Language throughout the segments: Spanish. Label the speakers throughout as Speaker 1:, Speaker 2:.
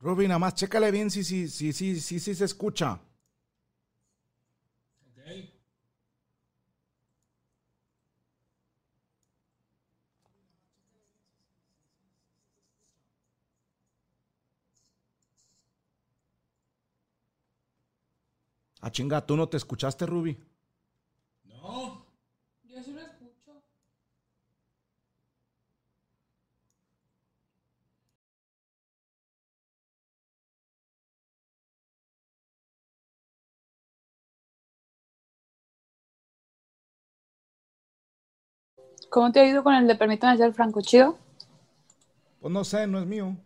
Speaker 1: Ruby, nada más chécale bien si, si, si, si, si, si se escucha.
Speaker 2: Ok.
Speaker 1: Ah, chinga, tú no te escuchaste, Ruby.
Speaker 2: No.
Speaker 3: Yo sí lo escucho. ¿Cómo te ha ido con el de Permítame ser franco, chido?
Speaker 1: Pues no sé, no es mío.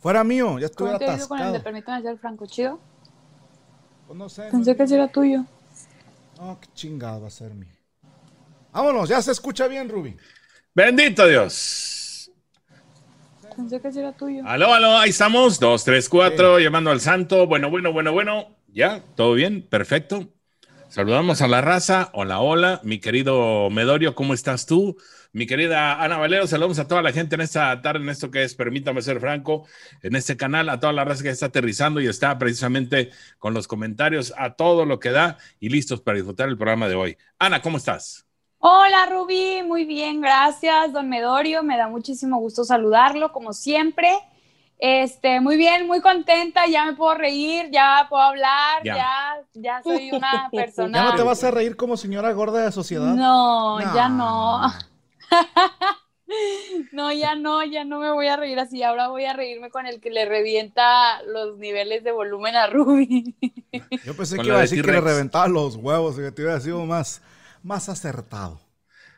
Speaker 1: Fuera mío, ya estuve
Speaker 3: ¿Cómo te ha ido con el de
Speaker 1: atascado.
Speaker 3: Permítame ser franco, chido?
Speaker 1: Pues no sé. no
Speaker 3: Pensé
Speaker 1: es
Speaker 3: que
Speaker 1: mío.
Speaker 3: sí era tuyo.
Speaker 1: No, qué chingado va a ser mío. Vámonos, ya se escucha bien, Ruby.
Speaker 2: Bendito Dios.
Speaker 3: Pensé que sí era tuyo.
Speaker 2: Aló, aló, ahí estamos. Dos, tres, cuatro, llamando al santo. Bueno, bueno, bueno, bueno. Ya, todo bien, perfecto. Saludamos a la raza. Hola, hola. Mi querido Medorio, ¿cómo estás tú? Mi querida Ana Valero, saludamos a toda la gente en esta tarde, en esto que es, permítame ser franco, en este canal, a toda la raza que está aterrizando y está precisamente con los comentarios a todo lo que da y listos para disfrutar el programa de hoy. Ana, ¿cómo estás?
Speaker 3: Hola Rubí, muy bien, gracias, don Medorio, me da muchísimo gusto saludarlo, como siempre. Este, muy bien, muy contenta, ya me puedo reír, ya puedo hablar,
Speaker 2: Ya.
Speaker 3: ya, ya, soy una persona.
Speaker 1: Ya no te vas a reír como señora gorda de sociedad.
Speaker 3: No,
Speaker 1: Nah.
Speaker 3: ya no. No, ya no, ya no me voy a reír así, ahora voy a reírme con el que le revienta los niveles de volumen a Rubí.
Speaker 1: Yo pensé
Speaker 2: Con
Speaker 1: que
Speaker 2: la
Speaker 1: iba a
Speaker 2: de
Speaker 1: decir que le
Speaker 2: T-Rex.
Speaker 1: reventaba los huevos y que te hubiera sido más, más acertado.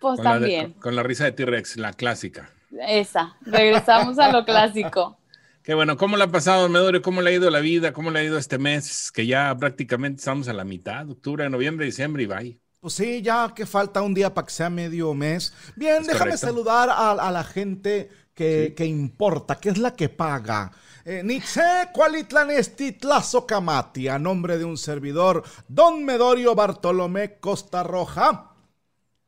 Speaker 3: Pues
Speaker 2: Con la de-
Speaker 3: también,
Speaker 2: con- con la risa de T-Rex, la clásica.
Speaker 3: esa, regresamos a lo clásico.
Speaker 2: Qué bueno, ¿cómo la ha pasado, Medorio? ¿Cómo le ha ido la vida? ¿Cómo le ha ido este mes? Que ya prácticamente estamos a la mitad, octubre, noviembre, diciembre y bye.
Speaker 1: Pues sí, ya que falta un día para que sea medio mes. Bien,
Speaker 2: Es
Speaker 1: déjame
Speaker 2: correcto.
Speaker 1: saludar a, a la gente que,
Speaker 2: Sí.
Speaker 1: que importa, que es la que paga. Eh, Nitze Cualitlanesti Tlazocamati, a nombre de un servidor, Don Medorio Bartolomé Costa Roja,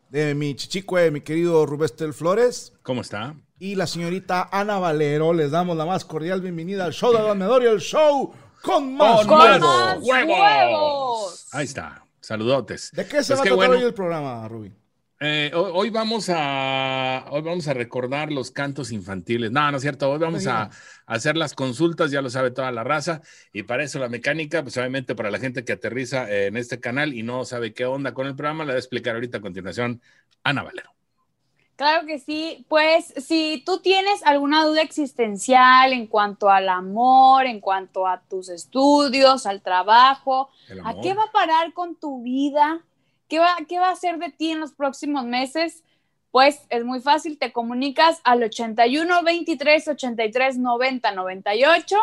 Speaker 1: de mi chichico, mi querido Rubestel Flores,
Speaker 2: ¿Cómo está?
Speaker 1: y la señorita Ana Valero. Les damos la más cordial bienvenida al show de Don Medorio, el show con más.
Speaker 3: Con
Speaker 1: huevos.
Speaker 3: más huevos.
Speaker 2: Ahí está, saludotes.
Speaker 1: ¿De qué se
Speaker 2: Pues
Speaker 1: va a
Speaker 2: qué
Speaker 1: tratar
Speaker 2: bueno.
Speaker 1: hoy el programa, Rubí?
Speaker 2: Eh, ho- hoy, vamos a, hoy vamos a recordar los cantos infantiles. No, no es cierto. Hoy vamos a, a hacer las consultas, ya lo sabe toda la raza. Y para eso la mecánica, pues obviamente para la gente que aterriza eh, en este canal y no sabe qué onda con el programa, la voy a explicar ahorita a continuación Ana Valero.
Speaker 3: Claro que sí. Pues si tú tienes alguna duda existencial en cuanto al amor, en cuanto a tus estudios, al trabajo,
Speaker 2: El
Speaker 3: a
Speaker 2: amor.
Speaker 3: qué va a parar con tu vida, ¿Qué va, qué va a hacer de ti en los próximos meses, pues es muy fácil, te comunicas al 81 23 83 90 98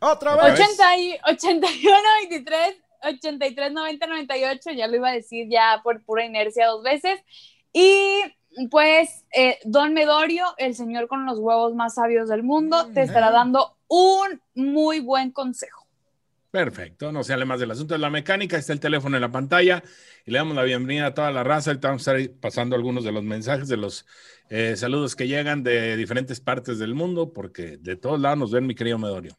Speaker 1: Otra
Speaker 2: Otra
Speaker 1: vez.
Speaker 2: vez.
Speaker 3: 80 y- 81 23 83 90 98, ya lo iba a decir ya por pura inercia dos veces. Y pues eh, Don Medorio, el señor con los huevos más sabios del mundo, te estará
Speaker 2: eh.
Speaker 1: Mm.
Speaker 3: dando un muy buen consejo.
Speaker 2: Perfecto, no se hable más del asunto de la mecánica, está el teléfono en la pantalla y le damos la bienvenida a toda la raza. Ahorita vamos a estar pasando algunos de los mensajes, de los eh, saludos que llegan de diferentes partes del mundo, porque de todos lados nos ven, mi querido Medorio.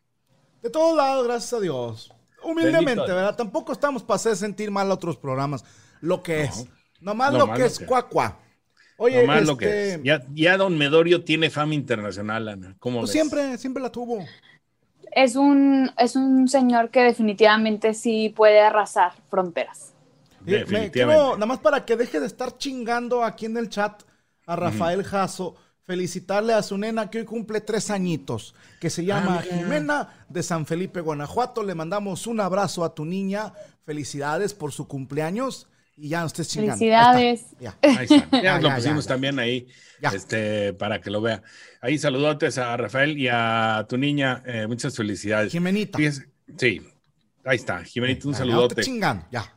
Speaker 1: De todos lados, gracias a Dios. Humildemente,
Speaker 2: Bendito Dios.
Speaker 1: ¿verdad? Tampoco estamos para hacer sentir mal a otros programas. Lo que es. Nomás
Speaker 2: Lo
Speaker 1: lo,
Speaker 2: más
Speaker 1: que
Speaker 2: lo
Speaker 1: es
Speaker 2: que-
Speaker 1: cuacua. Oye,
Speaker 2: Nomás
Speaker 1: este,
Speaker 2: lo que es. Ya, ya don Medorio tiene fama internacional, Ana. ¿Cómo
Speaker 1: pues
Speaker 2: ves?
Speaker 1: siempre, siempre la tuvo.
Speaker 3: Es un, es un señor que definitivamente sí puede arrasar fronteras.
Speaker 1: Y me-
Speaker 2: Definitivamente.
Speaker 1: quiero- nada más para que deje de estar chingando aquí en el chat a Rafael Jasso. felicitarle a su nena que hoy cumple tres añitos, que se llama
Speaker 2: Ah, mira.
Speaker 1: Jimena de San Felipe, Guanajuato. Le mandamos un abrazo a tu niña. Felicidades por su cumpleaños. Y ya no estés chingando. Ahí está.
Speaker 3: Felicidades.
Speaker 1: Ya.
Speaker 2: Ahí está. Ya,
Speaker 1: Ya,
Speaker 2: lo
Speaker 1: ya,
Speaker 2: pusimos
Speaker 1: ya, ya.
Speaker 2: también ahí
Speaker 1: Ya.
Speaker 2: este, para que lo vea. Ahí saludotes a Rafael y a tu niña. eh, muchas felicidades.
Speaker 1: Jimenita.
Speaker 2: Fíjese- Sí, ahí está. Jimenita, un
Speaker 1: Ya, ya no estés
Speaker 2: saludote.
Speaker 1: chingando, ya.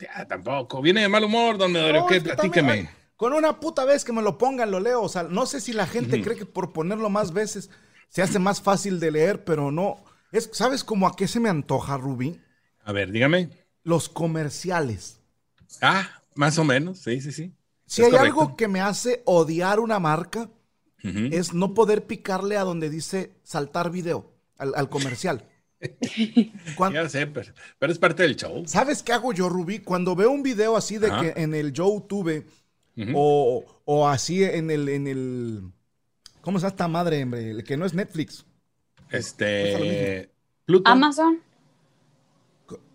Speaker 2: Ya, Ah, tampoco. Viene de mal humor, don Medorio.
Speaker 1: No,
Speaker 2: ¿Qué?
Speaker 1: es que también,
Speaker 2: Platíqueme.
Speaker 1: ay, con una puta vez que me lo pongan, lo leo. O sea, no sé si la gente cree que por ponerlo más veces se hace más fácil de leer, pero no. Es, ¿Sabes cómo a qué se me antoja, Rubí?
Speaker 2: A ver, dígame.
Speaker 1: Los comerciales.
Speaker 2: Ah, más o menos. Sí, sí, sí.
Speaker 1: Si
Speaker 2: Es
Speaker 1: hay
Speaker 2: correcto.
Speaker 1: algo que me hace odiar una marca,
Speaker 2: Ujú.
Speaker 1: es no poder picarle a donde dice saltar video, al, al comercial. Cuan-
Speaker 2: Ya sé, pero, pero es parte del show.
Speaker 1: ¿Sabes qué hago yo, Rubí? Cuando veo un video así de
Speaker 2: Ajá.
Speaker 1: que en el YouTube
Speaker 2: Ujú.
Speaker 1: o, o así en el, en el. ¿Cómo se llama esta madre, hombre? El que no es Netflix. Pues a lo
Speaker 2: Este.
Speaker 1: mismo.
Speaker 2: Pluto.
Speaker 3: Amazon.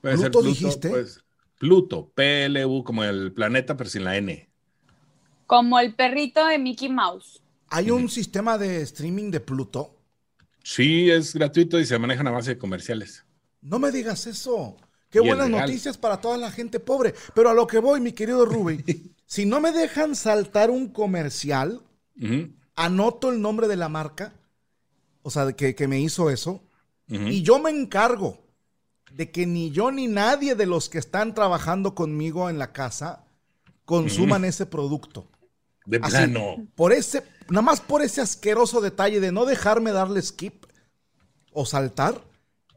Speaker 2: Puede ser
Speaker 1: ¿Pluto dijiste?
Speaker 2: pues, Pluto, PLU, como el planeta, pero sin la N.
Speaker 3: Como el perrito de Mickey Mouse.
Speaker 1: Hay un sistema de streaming de Pluto.
Speaker 2: Sí, es gratuito y se manejan a base de comerciales.
Speaker 1: No me digas eso. Qué
Speaker 2: Y el
Speaker 1: buenas
Speaker 2: real.
Speaker 1: noticias para toda la gente pobre. Pero a lo que voy, mi querido Rubí, si no me dejan saltar un comercial, Mm-hmm.
Speaker 2: Ujú,
Speaker 1: anoto el nombre de la marca, o sea, de que, que me hizo eso,
Speaker 2: ujú.
Speaker 1: y yo me encargo de que ni yo ni nadie de los que están trabajando conmigo en la casa consuman ese producto.
Speaker 2: De
Speaker 1: Así,
Speaker 2: plano.
Speaker 1: Por ese, nada más por ese asqueroso detalle de no dejarme darle skip o saltar,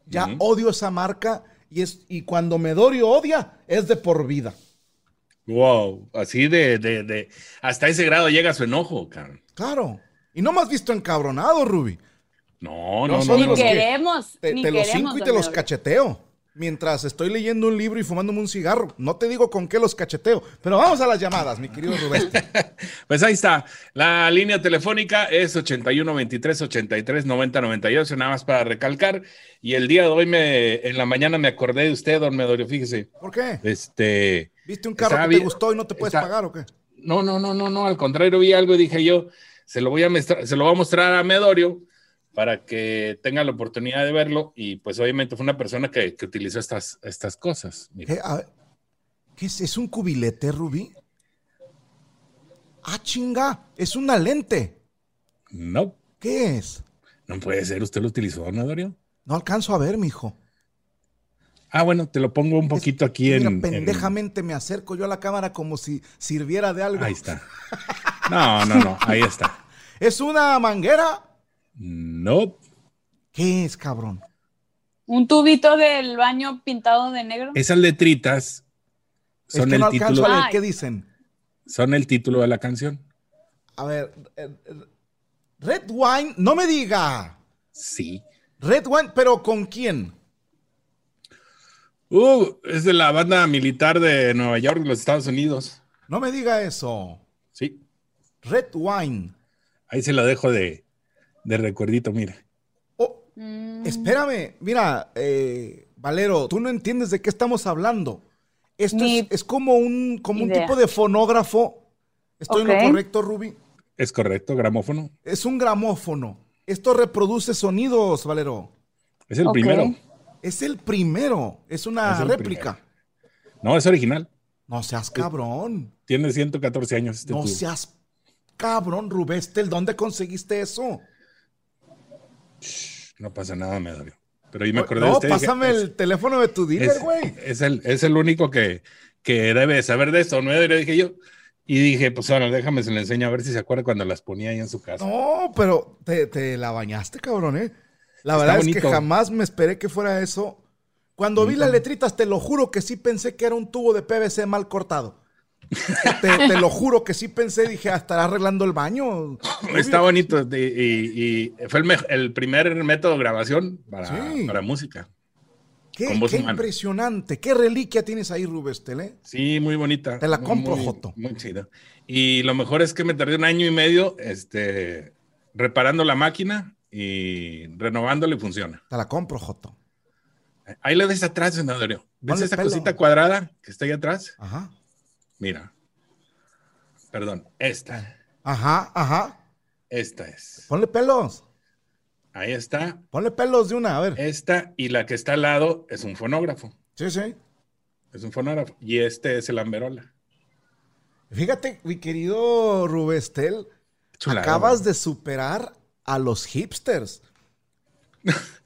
Speaker 1: ya
Speaker 2: Ujú.
Speaker 1: odio esa marca y, es, y cuando me doy odia, es de por vida.
Speaker 2: Wow. Así de, de, de. Hasta ese grado llega su enojo, cabrón.
Speaker 1: Claro. Y no me has visto encabronado, Ruby.
Speaker 2: No,
Speaker 1: No,
Speaker 2: no, no.
Speaker 1: son
Speaker 3: Ni
Speaker 1: de los que
Speaker 3: queremos.
Speaker 1: Te,
Speaker 3: ni
Speaker 1: te los
Speaker 3: queremos.
Speaker 1: cinco y te
Speaker 3: don
Speaker 1: los
Speaker 3: Medorio.
Speaker 1: cacheteo. Mientras estoy leyendo un libro y fumándome un cigarro. No te digo con qué los cacheteo. Pero vamos a las llamadas, mi querido Rubén.
Speaker 2: Pues ahí está. La línea telefónica es 81 23 83 90 98, nada más para recalcar. Y el día de hoy, me, en la mañana, me acordé de usted, don Medorio. Fíjese.
Speaker 1: ¿Por qué?
Speaker 2: Este.
Speaker 1: ¿Viste un carro
Speaker 2: Está
Speaker 1: que te
Speaker 2: bien.
Speaker 1: gustó y no te puedes
Speaker 2: Está-
Speaker 1: pagar o qué?
Speaker 2: No, no, no, no, no. Al contrario, vi algo y dije yo, se lo voy a mostrar, se lo voy a mostrar a Medorio para que tenga la oportunidad de verlo. Y pues obviamente fue una persona que, que utilizó estas, estas cosas. Mira.
Speaker 1: ¿Qué, Eh, A ver, ¿Qué es? ¿Es un cubilete, Rubí? Ah, chinga, es una lente.
Speaker 2: No,
Speaker 1: ¿Qué es?
Speaker 2: no puede ser. ¿Usted lo utilizó, Medorio?
Speaker 1: No alcanzo a ver, mijo.
Speaker 2: Ah, bueno, te lo pongo un poquito aquí en.
Speaker 1: Mira,
Speaker 2: en-
Speaker 1: pendejamente me acerco yo a la cámara como si sirviera de algo.
Speaker 2: Ahí está. No, no, no. Ahí está.
Speaker 1: ¿Es una manguera?
Speaker 2: No,
Speaker 1: ¿Qué es, cabrón?
Speaker 3: Un tubito del baño pintado de negro.
Speaker 2: esas letritas
Speaker 1: es
Speaker 2: son
Speaker 1: que
Speaker 2: el
Speaker 1: no alcanzo
Speaker 2: título,
Speaker 1: a leer.
Speaker 3: Ay.
Speaker 1: ¿Qué dicen?
Speaker 2: son el título de la canción.
Speaker 1: A ver, eh, eh, Red Wine, no me diga.
Speaker 2: Sí.
Speaker 1: Red Wine, pero ¿con quién?
Speaker 2: Uh, es de la banda militar de Nueva York, los Estados Unidos.
Speaker 1: No me diga eso.
Speaker 2: Sí.
Speaker 1: Red Wine.
Speaker 2: Ahí se lo dejo de, de recuerdito, mira.
Speaker 1: Oh,
Speaker 3: Mm.
Speaker 1: Espérame, mira, eh, Valero, tú no entiendes de qué estamos hablando. Esto
Speaker 3: Ni
Speaker 1: es, es como un, como un
Speaker 3: idea.
Speaker 1: tipo de fonógrafo. ¿Estoy en
Speaker 3: Ok.
Speaker 1: lo correcto, Ruby?
Speaker 2: Es correcto, gramófono.
Speaker 1: Es un gramófono. Esto reproduce sonidos, Valero.
Speaker 2: Es el
Speaker 3: Ok.
Speaker 2: primero.
Speaker 1: Es el primero. Es una
Speaker 2: Es el
Speaker 1: Ah, réplica.
Speaker 2: No, es original.
Speaker 1: No seas cabrón.
Speaker 2: Tiene 114 años este
Speaker 1: No
Speaker 2: tubo.
Speaker 1: seas cabrón, Rubestel. ¿Dónde conseguiste eso?
Speaker 2: No pasa nada, me dolió. Pero ahí me acordé de
Speaker 1: no,
Speaker 2: usted. dije,
Speaker 1: pásame
Speaker 2: es-
Speaker 1: el teléfono de tu dealer,
Speaker 2: es,
Speaker 1: güey.
Speaker 2: es el, es el único que, que debe saber de esto, ¿no? Y le dije yo. Y dije, pues ahora déjame, se le enseño a ver si se acuerda cuando las ponía ahí en su casa.
Speaker 1: No, pero te, te la bañaste, cabrón, ¿eh? La verdad es que
Speaker 2: bonito.
Speaker 1: jamás me esperé que fuera eso. Cuando vi las letritas, te lo juro que sí pensé que era un tubo de PVC mal cortado. te, te lo juro que sí pensé, dije, ah, estará arreglando el baño.
Speaker 2: Está bonito. de- Y, y fue el, mej- el primer método de grabación para,
Speaker 1: Sí.
Speaker 2: para música.
Speaker 1: Qué,
Speaker 2: con voz
Speaker 1: qué
Speaker 2: humana.
Speaker 1: impresionante, qué reliquia tienes ahí, Rubestel, ¿eh?
Speaker 2: Sí, muy bonita.
Speaker 1: Te la
Speaker 2: Muy,
Speaker 1: compro,
Speaker 2: muy-
Speaker 1: Joto.
Speaker 2: Muy chida. Y lo mejor es que me tardé un año y medio este, reparando la máquina y renovándole funciona.
Speaker 1: Te la compro, Joto.
Speaker 2: Ahí le ves atrás, senador. ¿Ves
Speaker 1: Ponle
Speaker 2: esa
Speaker 1: pelo.
Speaker 2: cosita cuadrada que está ahí atrás?
Speaker 1: Ajá.
Speaker 2: Mira. Perdón, esta.
Speaker 1: Ajá, ajá.
Speaker 2: Esta es.
Speaker 1: Ah. Ponle pelos.
Speaker 2: Ahí está.
Speaker 1: Ponle pelos de una, a ver.
Speaker 2: Esta y la que está al lado es un fonógrafo.
Speaker 1: Sí, sí.
Speaker 2: Es un fonógrafo. Y este es el Amberola.
Speaker 1: Fíjate, mi querido Rubestel,
Speaker 2: Chulada,
Speaker 1: acabas
Speaker 2: güey.
Speaker 1: de superar a los hipsters.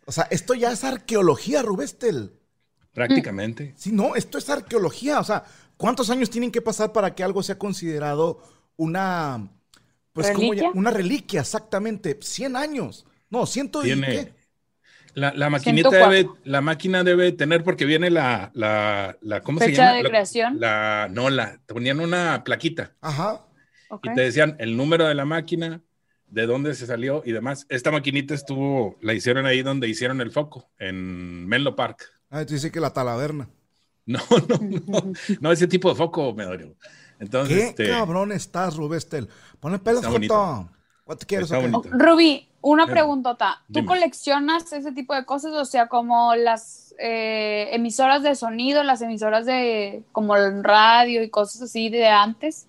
Speaker 1: O sea, esto ya es arqueología, Rubestel. Mm.
Speaker 2: Prácticamente.
Speaker 1: Sí, no, esto es arqueología. O sea, ¿cuántos años tienen que pasar para que algo sea considerado una. Pues, ¿cómo ya?
Speaker 3: ¿Reliquia?
Speaker 1: Una reliquia, exactamente. 100 años. No, ciento y
Speaker 2: Tiene.
Speaker 1: qué.
Speaker 2: La, la maquinita
Speaker 3: 104.
Speaker 2: debe, la máquina debe tener, porque viene la, la, la ¿cómo se
Speaker 3: Fecha
Speaker 2: llama?
Speaker 3: de
Speaker 2: La-
Speaker 3: creación.
Speaker 2: La, no, la, te ponían una plaquita
Speaker 1: Ajá.
Speaker 3: Ok.
Speaker 2: y te decían el número de la máquina, de dónde se salió y demás. Esta maquinita estuvo, la hicieron ahí donde hicieron el foco, en Menlo Park.
Speaker 1: Ah, tú dices que la talaverna.
Speaker 2: No, no, no, no ese tipo de foco, Medorio. Entonces,
Speaker 1: ¿Qué
Speaker 2: este,
Speaker 1: cabrón estás, Rubestel? Ponle pelos,
Speaker 2: Está bonito.
Speaker 1: Joto. ¿Cuánto quieres?
Speaker 2: Está
Speaker 1: acá?
Speaker 2: bonito.
Speaker 3: Rubí, una
Speaker 2: Dime.
Speaker 3: preguntota. ¿Tú
Speaker 2: Dime.
Speaker 3: coleccionas ese tipo de cosas? O sea, como las eh, emisoras de sonido, las emisoras de como el radio y cosas así de antes.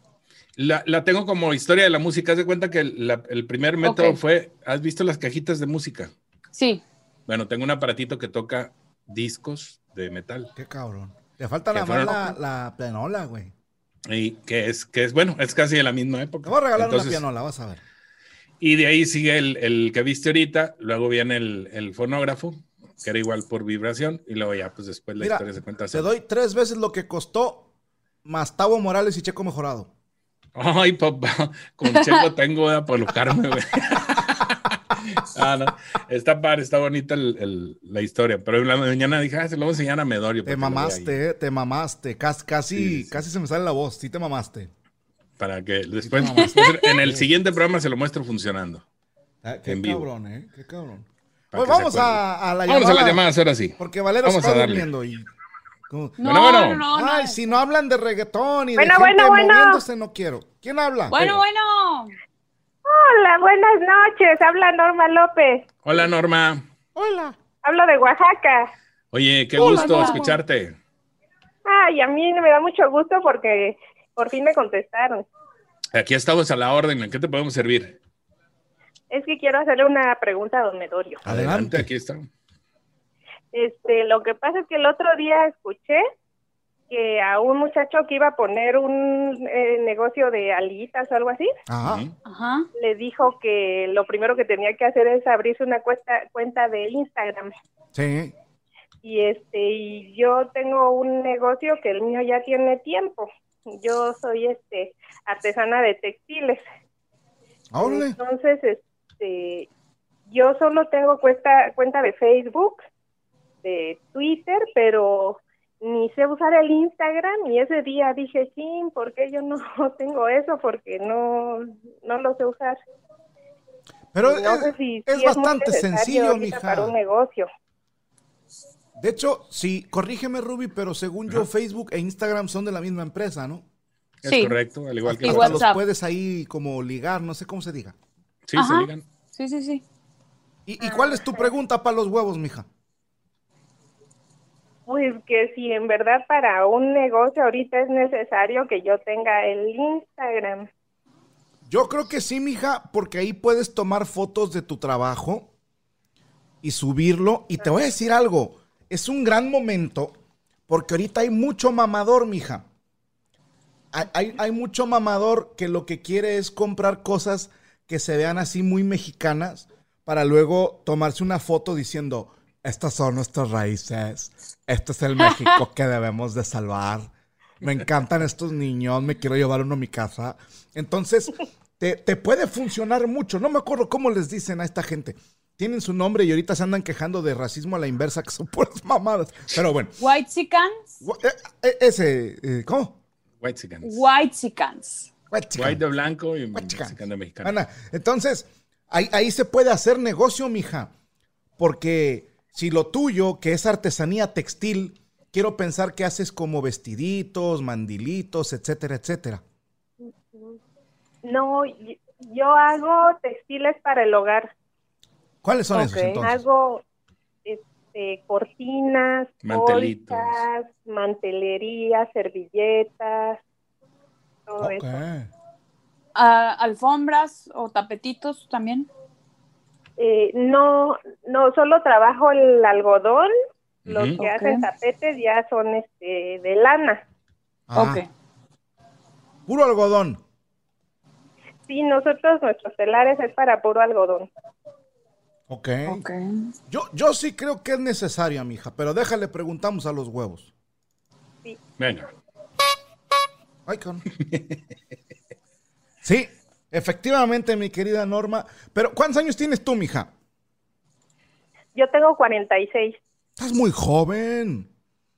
Speaker 2: La, la tengo como historia de la música. Haz de cuenta que el- la- el primer método
Speaker 3: Ok.
Speaker 2: fue, ¿has visto las cajitas de música?
Speaker 3: Sí.
Speaker 2: Bueno, tengo un aparatito que toca discos de metal.
Speaker 1: Qué cabrón. Le falta
Speaker 2: Que
Speaker 1: la más
Speaker 2: fueron-
Speaker 1: la, la pianola, güey.
Speaker 2: Y que es, que es bueno, es casi de la misma
Speaker 1: Te
Speaker 2: época.
Speaker 1: voy a regalar
Speaker 2: Entonces,
Speaker 1: una pianola, vas a ver.
Speaker 2: Y de ahí sigue el, el que viste ahorita, luego viene el, el fonógrafo, que era igual por vibración, y luego ya, pues después la
Speaker 1: Mira,
Speaker 2: historia se cuenta.
Speaker 1: Te
Speaker 2: sola.
Speaker 1: doy tres veces lo que costó Mastavo Morales y Checo Mejorado.
Speaker 2: Ay, papá, con Checo tengo de apolucarme, güey. Ah, no. Está padre, está bonita el- el- la historia, pero en la mañana dije, ah, se lo voy a enseñar a Medorio.
Speaker 1: Te
Speaker 2: porque lo vea ahí,
Speaker 1: mamaste, eh, te mamaste. Casi, casi,
Speaker 2: Sí, sí.
Speaker 1: casi se me sale la voz. Sí, te mamaste.
Speaker 2: Para que después,
Speaker 1: te mamaste.
Speaker 2: en el siguiente programa se lo muestro funcionando.
Speaker 1: Ah, Qué
Speaker 2: En vivo.
Speaker 1: cabrón, ¿eh? Qué cabrón.
Speaker 2: Para
Speaker 1: Pues
Speaker 2: que se
Speaker 1: vamos
Speaker 2: acuerde.
Speaker 1: a, a la
Speaker 2: Vamos
Speaker 1: llamada.
Speaker 2: a las llamadas ahora sí.
Speaker 1: Porque Valero
Speaker 2: Vamos
Speaker 1: está
Speaker 2: a darle.
Speaker 1: durmiendo y. como-
Speaker 3: No,
Speaker 2: Bueno, bueno.
Speaker 3: no, no, no.
Speaker 1: Ay, si no hablan de reggaetón y
Speaker 4: Bueno,
Speaker 1: de gente
Speaker 4: bueno, bueno.
Speaker 1: moviéndose, no quiero. ¿Quién habla?
Speaker 3: Bueno, bueno.
Speaker 4: Hola, buenas noches. Habla Norma López.
Speaker 2: Hola, Norma.
Speaker 1: Hola.
Speaker 4: Hablo de Oaxaca.
Speaker 2: Oye, qué
Speaker 3: Hola,
Speaker 2: gusto
Speaker 3: Norma.
Speaker 2: escucharte.
Speaker 4: Ay, a mí me da mucho gusto porque por fin me contestaron.
Speaker 2: Aquí estamos a la orden. ¿En qué te podemos servir?
Speaker 4: Es que quiero hacerle una pregunta a don Medorio.
Speaker 1: Ah. Adelante.
Speaker 2: aquí está.
Speaker 4: Este, lo que pasa es que el otro día escuché que a un muchacho que iba a poner un eh, negocio de alitas o algo así,
Speaker 1: Ajá.
Speaker 2: Ujú.
Speaker 3: Ajá.
Speaker 4: le dijo que lo primero que tenía que hacer es abrirse una cuesta- cuenta de Instagram.
Speaker 1: Sí.
Speaker 4: y este y yo tengo un negocio que el mío ya tiene tiempo yo soy este artesana de textiles
Speaker 1: Órale.
Speaker 4: entonces este yo solo tengo cuenta cuenta de Facebook de Twitter pero ni sé usar el Instagram y ese día dije sí porque yo no tengo eso porque no no lo sé usar
Speaker 1: Pero
Speaker 4: no
Speaker 1: es,
Speaker 4: sé si-
Speaker 1: es
Speaker 4: si muy
Speaker 1: bastante
Speaker 4: necesario
Speaker 1: sencillo,
Speaker 4: ahorita
Speaker 1: mija.
Speaker 4: para un negocio
Speaker 1: De hecho, sí, corrígeme, Ruby, pero según yo, Facebook e Instagram son de la misma empresa, ¿no?
Speaker 2: Es
Speaker 3: Sí.
Speaker 2: correcto, al igual que
Speaker 3: Y
Speaker 1: Hasta
Speaker 2: los-
Speaker 3: WhatsApp.
Speaker 1: los puedes ahí como ligar, no sé cómo se diga.
Speaker 2: Sí, se
Speaker 3: Ajá.
Speaker 2: ligan.
Speaker 3: Sí, sí, sí.
Speaker 1: ¿Y, y cuál es tu pregunta para los huevos, mija?
Speaker 4: Pues que si en verdad para un negocio ahorita es necesario que yo tenga el Instagram.
Speaker 1: Yo creo que sí, mija, porque ahí puedes tomar fotos de tu trabajo y subirlo. Y te voy a decir algo, es un gran momento porque ahorita hay mucho mamador, mija. Hay, hay- hay mucho mamador que lo que quiere es comprar cosas que se vean así muy mexicanas para luego tomarse una foto diciendo, estas son nuestras raíces, este es el México que debemos de salvar. Me encantan estos niños, me quiero llevar uno a mi casa. Entonces, te, te puede funcionar mucho. No me acuerdo cómo les dicen a esta gente. Tienen su nombre y ahorita se andan quejando de racismo a la inversa, que son puras mamadas. Pero bueno,
Speaker 3: White Sicans.
Speaker 1: Gua- eh, eh, ese, eh, ¿cómo?
Speaker 2: White Chickens.
Speaker 3: White Sicans.
Speaker 2: White
Speaker 1: Guachican.
Speaker 2: de blanco y
Speaker 1: Guachican.
Speaker 2: mexican de mexicano.
Speaker 1: Pues, Ana, entonces, ahí, ahí se puede hacer negocio, mija. Porque si lo tuyo, que es artesanía textil, quiero pensar que haces como vestiditos, mandilitos, etcétera, etcétera.
Speaker 4: No, y- yo hago textiles para el hogar.
Speaker 1: ¿Cuáles son
Speaker 4: Ok.
Speaker 1: esos entonces?
Speaker 4: Hago este, cortinas,
Speaker 2: Mantelitos.
Speaker 4: bolsas, mantelería, servilletas, todo
Speaker 1: Ok.
Speaker 4: eso.
Speaker 3: ah, alfombras o tapetitos también.
Speaker 5: Eh, no, no, solo trabajo el algodón, los que
Speaker 2: Ujú.
Speaker 5: hacen tapetes ya son este de lana.
Speaker 1: Ah,
Speaker 3: Ok.
Speaker 1: Puro algodón.
Speaker 5: Sí, nosotros nuestros telares es para puro algodón.
Speaker 1: Ok.
Speaker 3: Ok.
Speaker 1: Yo, yo sí creo que es necesaria, mija, pero déjale preguntamos a los huevos.
Speaker 2: Venga.
Speaker 1: Ay, cabrón. Sí, efectivamente, mi querida Norma. Pero, ¿cuántos años tienes tú, mija?
Speaker 5: Yo tengo 46.
Speaker 1: Estás muy joven.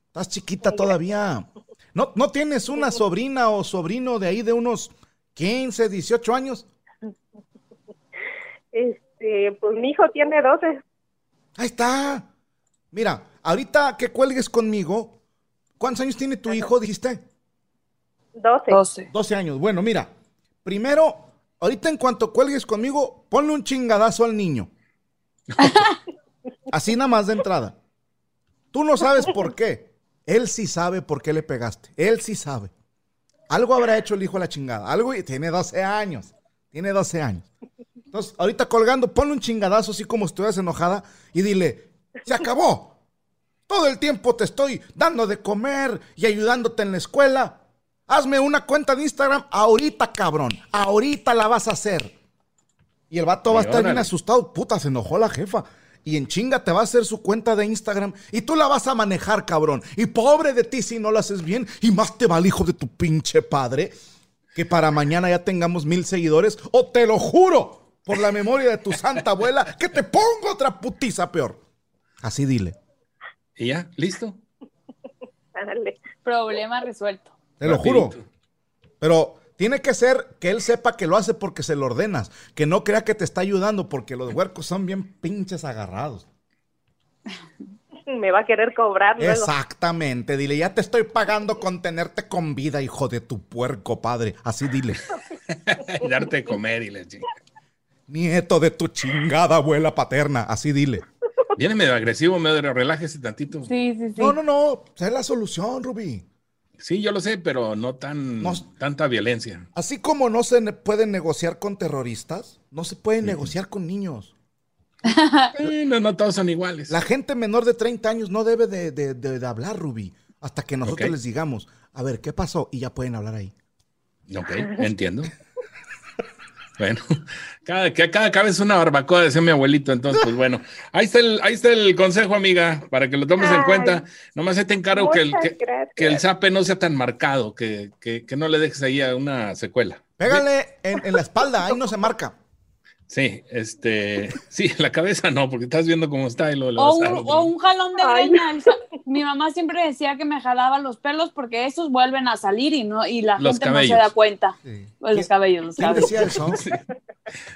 Speaker 1: Estás chiquita todavía. ¿No, ¿No tienes una sobrina o sobrino de ahí de unos 15, 18 años?
Speaker 5: Este, pues mi hijo tiene 12.
Speaker 1: Ahí está. Mira, ahorita que cuelgues conmigo, ¿cuántos años tiene tu hijo, dijiste?
Speaker 5: 12.
Speaker 3: 12.
Speaker 1: 12 años. Bueno, mira, primero, ahorita en cuanto cuelgues conmigo, ponle un chingadazo al niño. Así nada más de entrada. Tú no sabes por qué. Él sí sabe por qué le pegaste. Él sí sabe. Algo habrá hecho el hijo a la chingada. Algo y tiene 12 años. Tiene 12 años. Entonces, ahorita colgando, ponle un chingadazo así como si estuvieras enojada y dile, se acabó. Todo el tiempo te estoy dando de comer y ayudándote en la escuela. Hazme una cuenta de Instagram ahorita, cabrón. Ahorita la vas a hacer. Y el vato va a
Speaker 2: Y
Speaker 1: estar bien
Speaker 2: órale.
Speaker 1: asustado. Puta, se enojó la jefa. Y en chinga te va a hacer su cuenta de Instagram y tú la vas a manejar, cabrón. Y pobre de ti si no lo haces bien. Y más te va el hijo de tu pinche padre que para mañana ya tengamos mil seguidores. O te lo juro, por la memoria de tu santa abuela, que te pongo otra putiza peor. Así dile.
Speaker 2: ¿Y ya? ¿Listo?
Speaker 5: Ándale.
Speaker 3: Problema resuelto.
Speaker 1: Te lo
Speaker 2: Rapidito.
Speaker 1: juro. Pero tiene que ser que él sepa que lo hace porque se lo ordenas. Que no crea que te está ayudando porque los huercos son bien pinches agarrados.
Speaker 5: Me va a querer cobrar luego.
Speaker 1: Exactamente. Dile, ya te estoy pagando con tenerte con vida, hijo de tu puerco padre. Así dile.
Speaker 2: Darte de comer y la chinga.
Speaker 1: Nieto de tu chingada abuela paterna. Así dile.
Speaker 2: Viene medio agresivo, medio relájese tantito. Sí.
Speaker 3: Sí, sí, sí.
Speaker 1: No, no, no. esa Es la solución, Rubí.
Speaker 2: yo lo sé, pero no tan
Speaker 1: No.
Speaker 2: tanta violencia.
Speaker 1: Así como no se ne- puede negociar con terroristas, no se puede negociar con niños.
Speaker 2: Eh, no, no todos son iguales.
Speaker 1: La gente menor de 30 años no debe de, de- de- de hablar, Rubí, hasta que nosotros
Speaker 2: Ok.
Speaker 1: les digamos, a ver, ¿qué pasó? Y ya pueden hablar ahí.
Speaker 2: Ok, entiendo. Bueno, cada, que cada cabeza una barbacoa, decía mi abuelito. Entonces, pues bueno, ahí está el, ahí está el consejo, amiga, para que lo tomes en
Speaker 5: Ay.
Speaker 2: cuenta. Nomás ahí te encargo que el,
Speaker 5: Muchas
Speaker 2: que,
Speaker 5: gracias.
Speaker 2: que el zape no sea tan marcado, que, que- que no le dejes ahí a una secuela.
Speaker 1: Pégale en, en la espalda, ahí no se marca.
Speaker 2: Sí, este, sí, la cabeza no, porque estás viendo cómo está y luego le
Speaker 3: O
Speaker 2: vas
Speaker 3: un,
Speaker 2: a dar otro.
Speaker 3: o un jalón de
Speaker 5: Ay.
Speaker 3: greña. El ja- Mi mamá siempre decía que me jalaba los pelos porque esos vuelven a salir y no y la
Speaker 2: Los
Speaker 3: gente no
Speaker 2: cabellos.
Speaker 3: se da cuenta.
Speaker 1: Sí.
Speaker 3: Pues los cabellos, los
Speaker 1: ¿Quién
Speaker 3: cabellos.
Speaker 1: decía eso?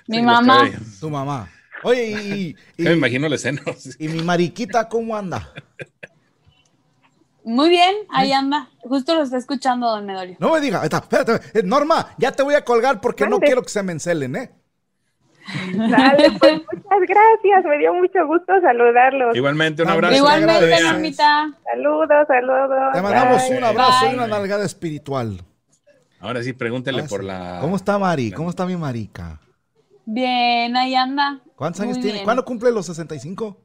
Speaker 3: Mi
Speaker 2: los
Speaker 3: mamá.
Speaker 2: cabellos.
Speaker 1: Tu mamá. Oye, y, y-
Speaker 2: Ya me imagino la escena.
Speaker 1: y mi mariquita, ¿cómo anda?
Speaker 3: Muy bien, ahí anda. Justo lo está escuchando, don Medorio.
Speaker 1: No me diga, ahí está, espérate, eh, Norma, ya te voy a colgar porque no
Speaker 5: Mande.
Speaker 1: quiero que se me encelen, ¿eh?
Speaker 5: Sale, pues, muchas gracias. Me dio mucho gusto saludarlos.
Speaker 2: Igualmente, un
Speaker 1: Vamos.
Speaker 2: abrazo.
Speaker 3: Igualmente,
Speaker 1: gracias.
Speaker 3: Normita.
Speaker 5: Saludos, saludos.
Speaker 1: Te mandamos
Speaker 5: Bye.
Speaker 1: un abrazo y
Speaker 3: Bye.
Speaker 1: una nalgada espiritual.
Speaker 2: Ahora sí, pregúntele
Speaker 1: Ah,
Speaker 2: por
Speaker 1: sí.
Speaker 2: la.
Speaker 1: ¿Cómo está Mari? ¿Cómo está mi marica?
Speaker 3: Bien, ahí anda.
Speaker 1: ¿Cuántos
Speaker 3: Muy
Speaker 1: años tiene?
Speaker 3: bien.
Speaker 1: ¿Cuándo cumple los 65?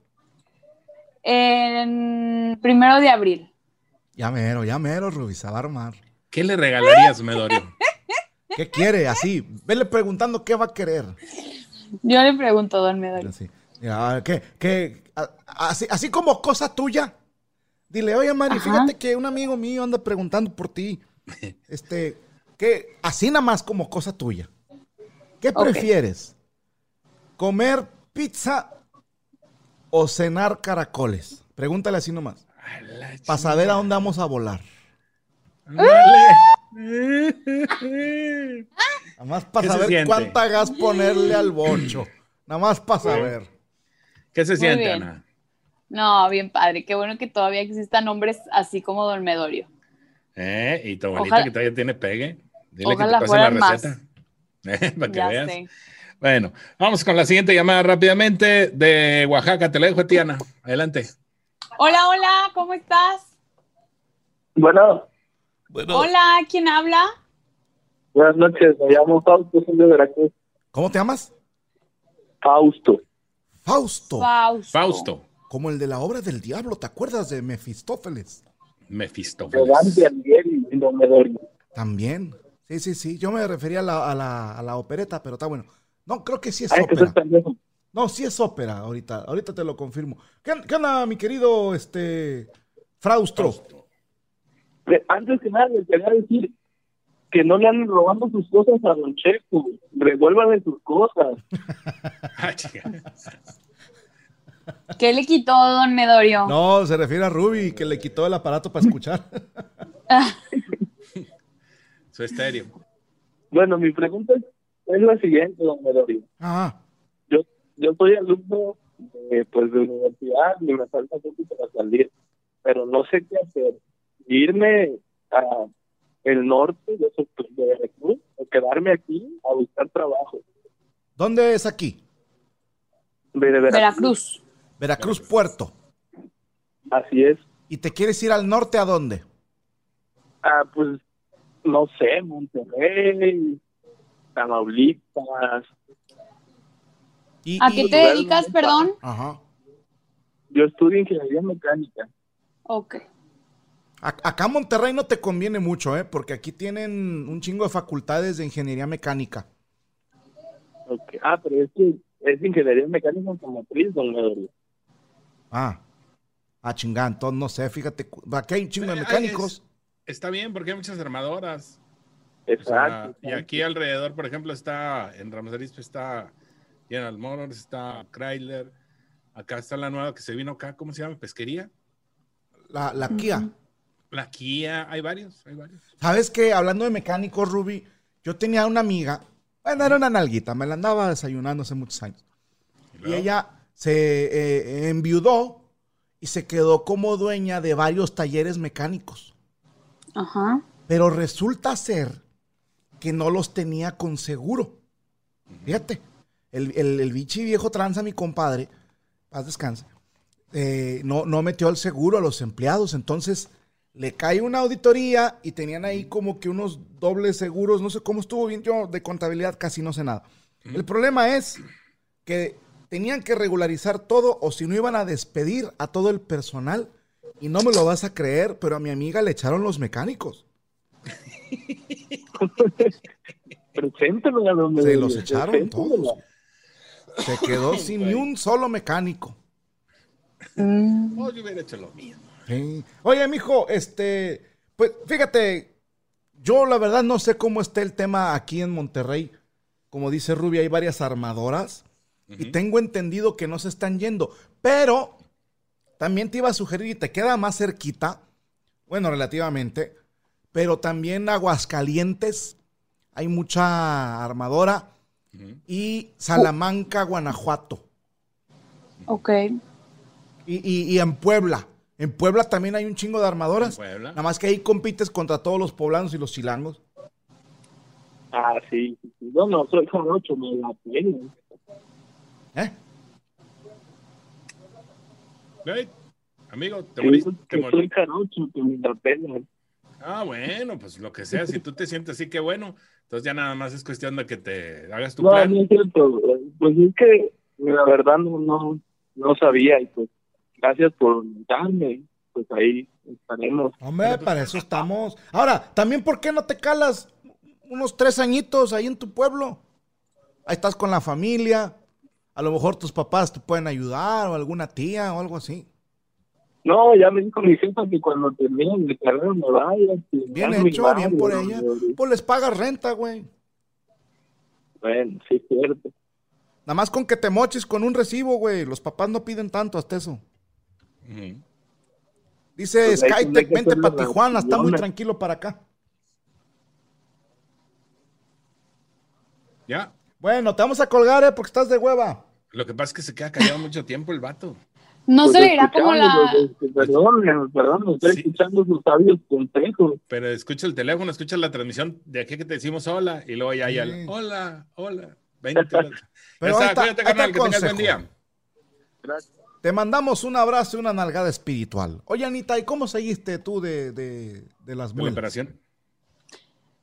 Speaker 3: En primero de abril.
Speaker 1: Ya mero, ya mero, Rubí, se va a armar.
Speaker 2: ¿Qué le regalarías, Medorio?
Speaker 1: ¿Qué quiere? Así, vele preguntando qué va a querer.
Speaker 3: Yo le pregunto, don Medorio.
Speaker 1: Así, mira, a ver, ¿qué, qué? A- así, así como cosa tuya. Dile, oye, Mari,
Speaker 3: Ajá.
Speaker 1: fíjate que un amigo mío anda preguntando por ti. Este, que así nada más como cosa tuya. ¿Qué
Speaker 3: Ok.
Speaker 1: prefieres? ¿Comer pizza o cenar caracoles? Pregúntale así nomás.
Speaker 2: A la
Speaker 1: Para saber a dónde vamos a volar.
Speaker 2: Ándale.
Speaker 1: Nada más para
Speaker 2: ¿Qué se
Speaker 1: saber
Speaker 2: siente?
Speaker 1: cuánta gas ponerle al bocho. Nada más para saber.
Speaker 2: ¿Qué se siente,
Speaker 3: bien.
Speaker 2: Ana?
Speaker 3: No, bien padre. Qué bueno que todavía existan hombres así como don Medorio.
Speaker 2: ¿Eh? Y tu abuelita
Speaker 3: Ojalá-
Speaker 2: que todavía tiene pegue. Dile
Speaker 3: Ojalá
Speaker 2: que te pase
Speaker 3: fueran
Speaker 2: la
Speaker 3: más.
Speaker 2: receta. ¿Eh? Para que
Speaker 3: Ya
Speaker 2: veas.
Speaker 3: sé.
Speaker 2: Bueno, vamos con la siguiente llamada rápidamente de Oaxaca. Te la dejo a ti, Ana. Adelante.
Speaker 3: Hola, hola, ¿cómo estás?
Speaker 6: Bueno,
Speaker 3: Hola, ¿quién habla?
Speaker 6: Buenas noches, me llamo Fausto, soy de Veracruz.
Speaker 1: ¿Cómo te llamas?
Speaker 6: Fausto.
Speaker 1: Fausto.
Speaker 3: Fausto.
Speaker 2: Fausto,
Speaker 1: Como el de la obra del diablo, ¿te acuerdas de Mefistófeles?
Speaker 6: De Dante,
Speaker 2: Mefistófeles.
Speaker 6: Ariel y Domedorio.
Speaker 1: También. Sí, sí, sí. Yo me refería a la, a la, a la opereta, pero está bueno. No, creo que sí es
Speaker 6: Ah, es que
Speaker 1: ópera.
Speaker 6: soy pendejo.
Speaker 1: No, sí es ópera ahorita. Ahorita te lo confirmo. ¿Qué, qué onda, mi querido este Fraustro?
Speaker 6: Pero Eh, Antes que nada, les quería decir que no le anden robando sus cosas a Don Checo. Revuélvanle sus cosas.
Speaker 2: Ah, chica.
Speaker 3: ¿Qué le quitó Don Medorio?
Speaker 1: No, se refiere a Ruby, que le quitó el aparato para escuchar.
Speaker 2: Su estéreo.
Speaker 6: Bueno, mi pregunta es, es la siguiente, Domedorio.
Speaker 1: Ah,
Speaker 6: Yo, yo soy alumno de, pues, de universidad y me falta poco para salir, pero no sé qué hacer. Irme a el norte de, Soc- de Veracruz o quedarme aquí a buscar trabajo.
Speaker 1: ¿dónde es aquí?
Speaker 6: De, de Veracruz.
Speaker 3: Veracruz.
Speaker 1: Veracruz Puerto.
Speaker 6: Así es.
Speaker 1: ¿Y te quieres ir al norte a dónde?
Speaker 6: Ah, pues, no sé, Monterrey, Tamaulipas.
Speaker 1: Y-
Speaker 3: ¿A
Speaker 1: y-
Speaker 3: qué te dedicas, perdón?
Speaker 6: Ah,
Speaker 1: Ajá.
Speaker 6: Yo estudio ingeniería mecánica.
Speaker 3: Ok.
Speaker 1: Ac- Acá en Monterrey no te conviene mucho, ¿eh? Porque aquí tienen un chingo de facultades de ingeniería mecánica.
Speaker 6: Ok. Ah, pero es que es ingeniería mecánica automotriz, don Medorio.
Speaker 1: Ah. Ah, chingada, entonces no sé, fíjate, cu- aquí hay un chingo de
Speaker 2: Eh, ahí
Speaker 1: mecánicos.
Speaker 2: Está bien, porque hay muchas armadoras. O sea,
Speaker 6: Exacto.
Speaker 2: y aquí alrededor, por ejemplo, está en Ramos Arizpe está General Motors, está Chrysler. Acá está la nueva que se vino acá, ¿cómo se llama? Pesquería.
Speaker 1: La, la Kia.
Speaker 2: La Kia, hay varios, hay varios.
Speaker 1: ¿Sabes qué? Hablando de mecánicos, Ruby, yo tenía una amiga, bueno, era una nalguita, me la andaba desayunando hace muchos años. Y
Speaker 2: luego?
Speaker 1: ella se eh, enviudó y se quedó como dueña de varios talleres mecánicos.
Speaker 3: Ajá.
Speaker 1: Pero resulta ser que no los tenía con seguro. Fíjate, el, el, el bichi viejo tranza, mi compadre, paz descanse, eh, no, no metió el seguro a los empleados. Entonces le cae una auditoría y tenían ahí como que unos dobles seguros. No sé cómo estuvo bien, yo de contabilidad casi no sé nada. El problema es que tenían que regularizar todo o si no iban a despedir a todo el personal. Y no me lo vas a creer, pero a mi amiga le echaron los mecánicos.
Speaker 6: Preséntemela, don
Speaker 1: Se
Speaker 6: Medorio,
Speaker 1: los echaron
Speaker 6: preséntemela.
Speaker 1: todos. Se quedó sin ni un solo mecánico.
Speaker 2: Oh, yo hubiera hecho lo mismo.
Speaker 1: Sí. Oye, mijo, este, pues fíjate, yo la verdad no sé cómo está el tema aquí en Monterrey. Como dice Rubia, hay varias armadoras y tengo entendido que no se están yendo, pero también te iba a sugerir y te queda más cerquita, bueno, relativamente, pero también Aguascalientes, hay mucha armadora
Speaker 2: Ujú.
Speaker 1: y Salamanca, Guanajuato.
Speaker 3: Ok.
Speaker 1: Y, y- y en Puebla. En Puebla también hay un chingo de armadoras.
Speaker 2: En Puebla.
Speaker 1: Nada más que ahí compites contra todos los poblanos y los chilangos.
Speaker 6: Ah, sí. sí, sí. No, no, soy jarocho, me la pena.
Speaker 1: ¿Eh?
Speaker 2: Ey, Amigo, te
Speaker 6: Que
Speaker 2: moriste. te
Speaker 6: que soy
Speaker 2: moriste.
Speaker 6: jarocho, que me la pena.
Speaker 2: Ah, bueno, pues lo que sea, si tú te sientes así, qué bueno. Entonces ya nada más es cuestión de que te hagas tu
Speaker 6: No,
Speaker 2: plan.
Speaker 6: no es cierto. Pues es que la verdad no, no, no sabía y pues gracias por darme. Pues ahí estaremos.
Speaker 1: Hombre, para eso estamos. Ahora, también, ¿por qué no te calas unos tres añitos ahí en tu pueblo? Ahí estás con la familia. A lo mejor tus papás te pueden ayudar o alguna tía o algo así.
Speaker 6: No, ya me dijo mi jefa que cuando termine mi carrera me vaya. que
Speaker 1: Bien
Speaker 6: ya me
Speaker 1: hecho,
Speaker 6: vaya,
Speaker 1: bien por
Speaker 6: ¿no?
Speaker 1: ella. Pues les pagas renta, güey.
Speaker 6: Bueno, sí, es cierto.
Speaker 1: Nada más con que te moches con un recibo, güey. Los papás no piden tanto hasta eso.
Speaker 7: Mm-hmm.
Speaker 2: Ujú.
Speaker 1: Dice
Speaker 6: Pues hay que- hay
Speaker 1: Skytech,
Speaker 6: que
Speaker 1: vente
Speaker 6: hacerle
Speaker 1: para
Speaker 6: la
Speaker 1: Tijuana, está muy
Speaker 6: opción.
Speaker 1: tranquilo para acá.
Speaker 2: Ya,
Speaker 1: Bueno, te vamos a colgar, eh, porque estás de hueva.
Speaker 2: lo que pasa es que se queda callado mucho tiempo el vato.
Speaker 3: No
Speaker 6: Pues
Speaker 3: se le irá como la.
Speaker 6: escuchando, pues, Perdón, perdón, estoy
Speaker 2: Sí.
Speaker 6: escuchando sus sabios consejos.
Speaker 2: Pero escucha el teléfono, escucha la transmisión de aquí que te decimos hola y luego ya hay al
Speaker 1: Sí.
Speaker 2: hola, hola. 20 horas. Ya
Speaker 1: Pero
Speaker 2: está,
Speaker 1: ahí
Speaker 2: cuídate,
Speaker 1: está, ahí está
Speaker 2: carnal,
Speaker 1: el
Speaker 2: que tengas buen
Speaker 1: consejo.
Speaker 2: día.
Speaker 6: Gracias.
Speaker 1: Te mandamos un abrazo y una nalgada espiritual. Oye, Anita, ¿y cómo seguiste tú de, de- de las
Speaker 2: De la
Speaker 1: muelas?
Speaker 2: operación.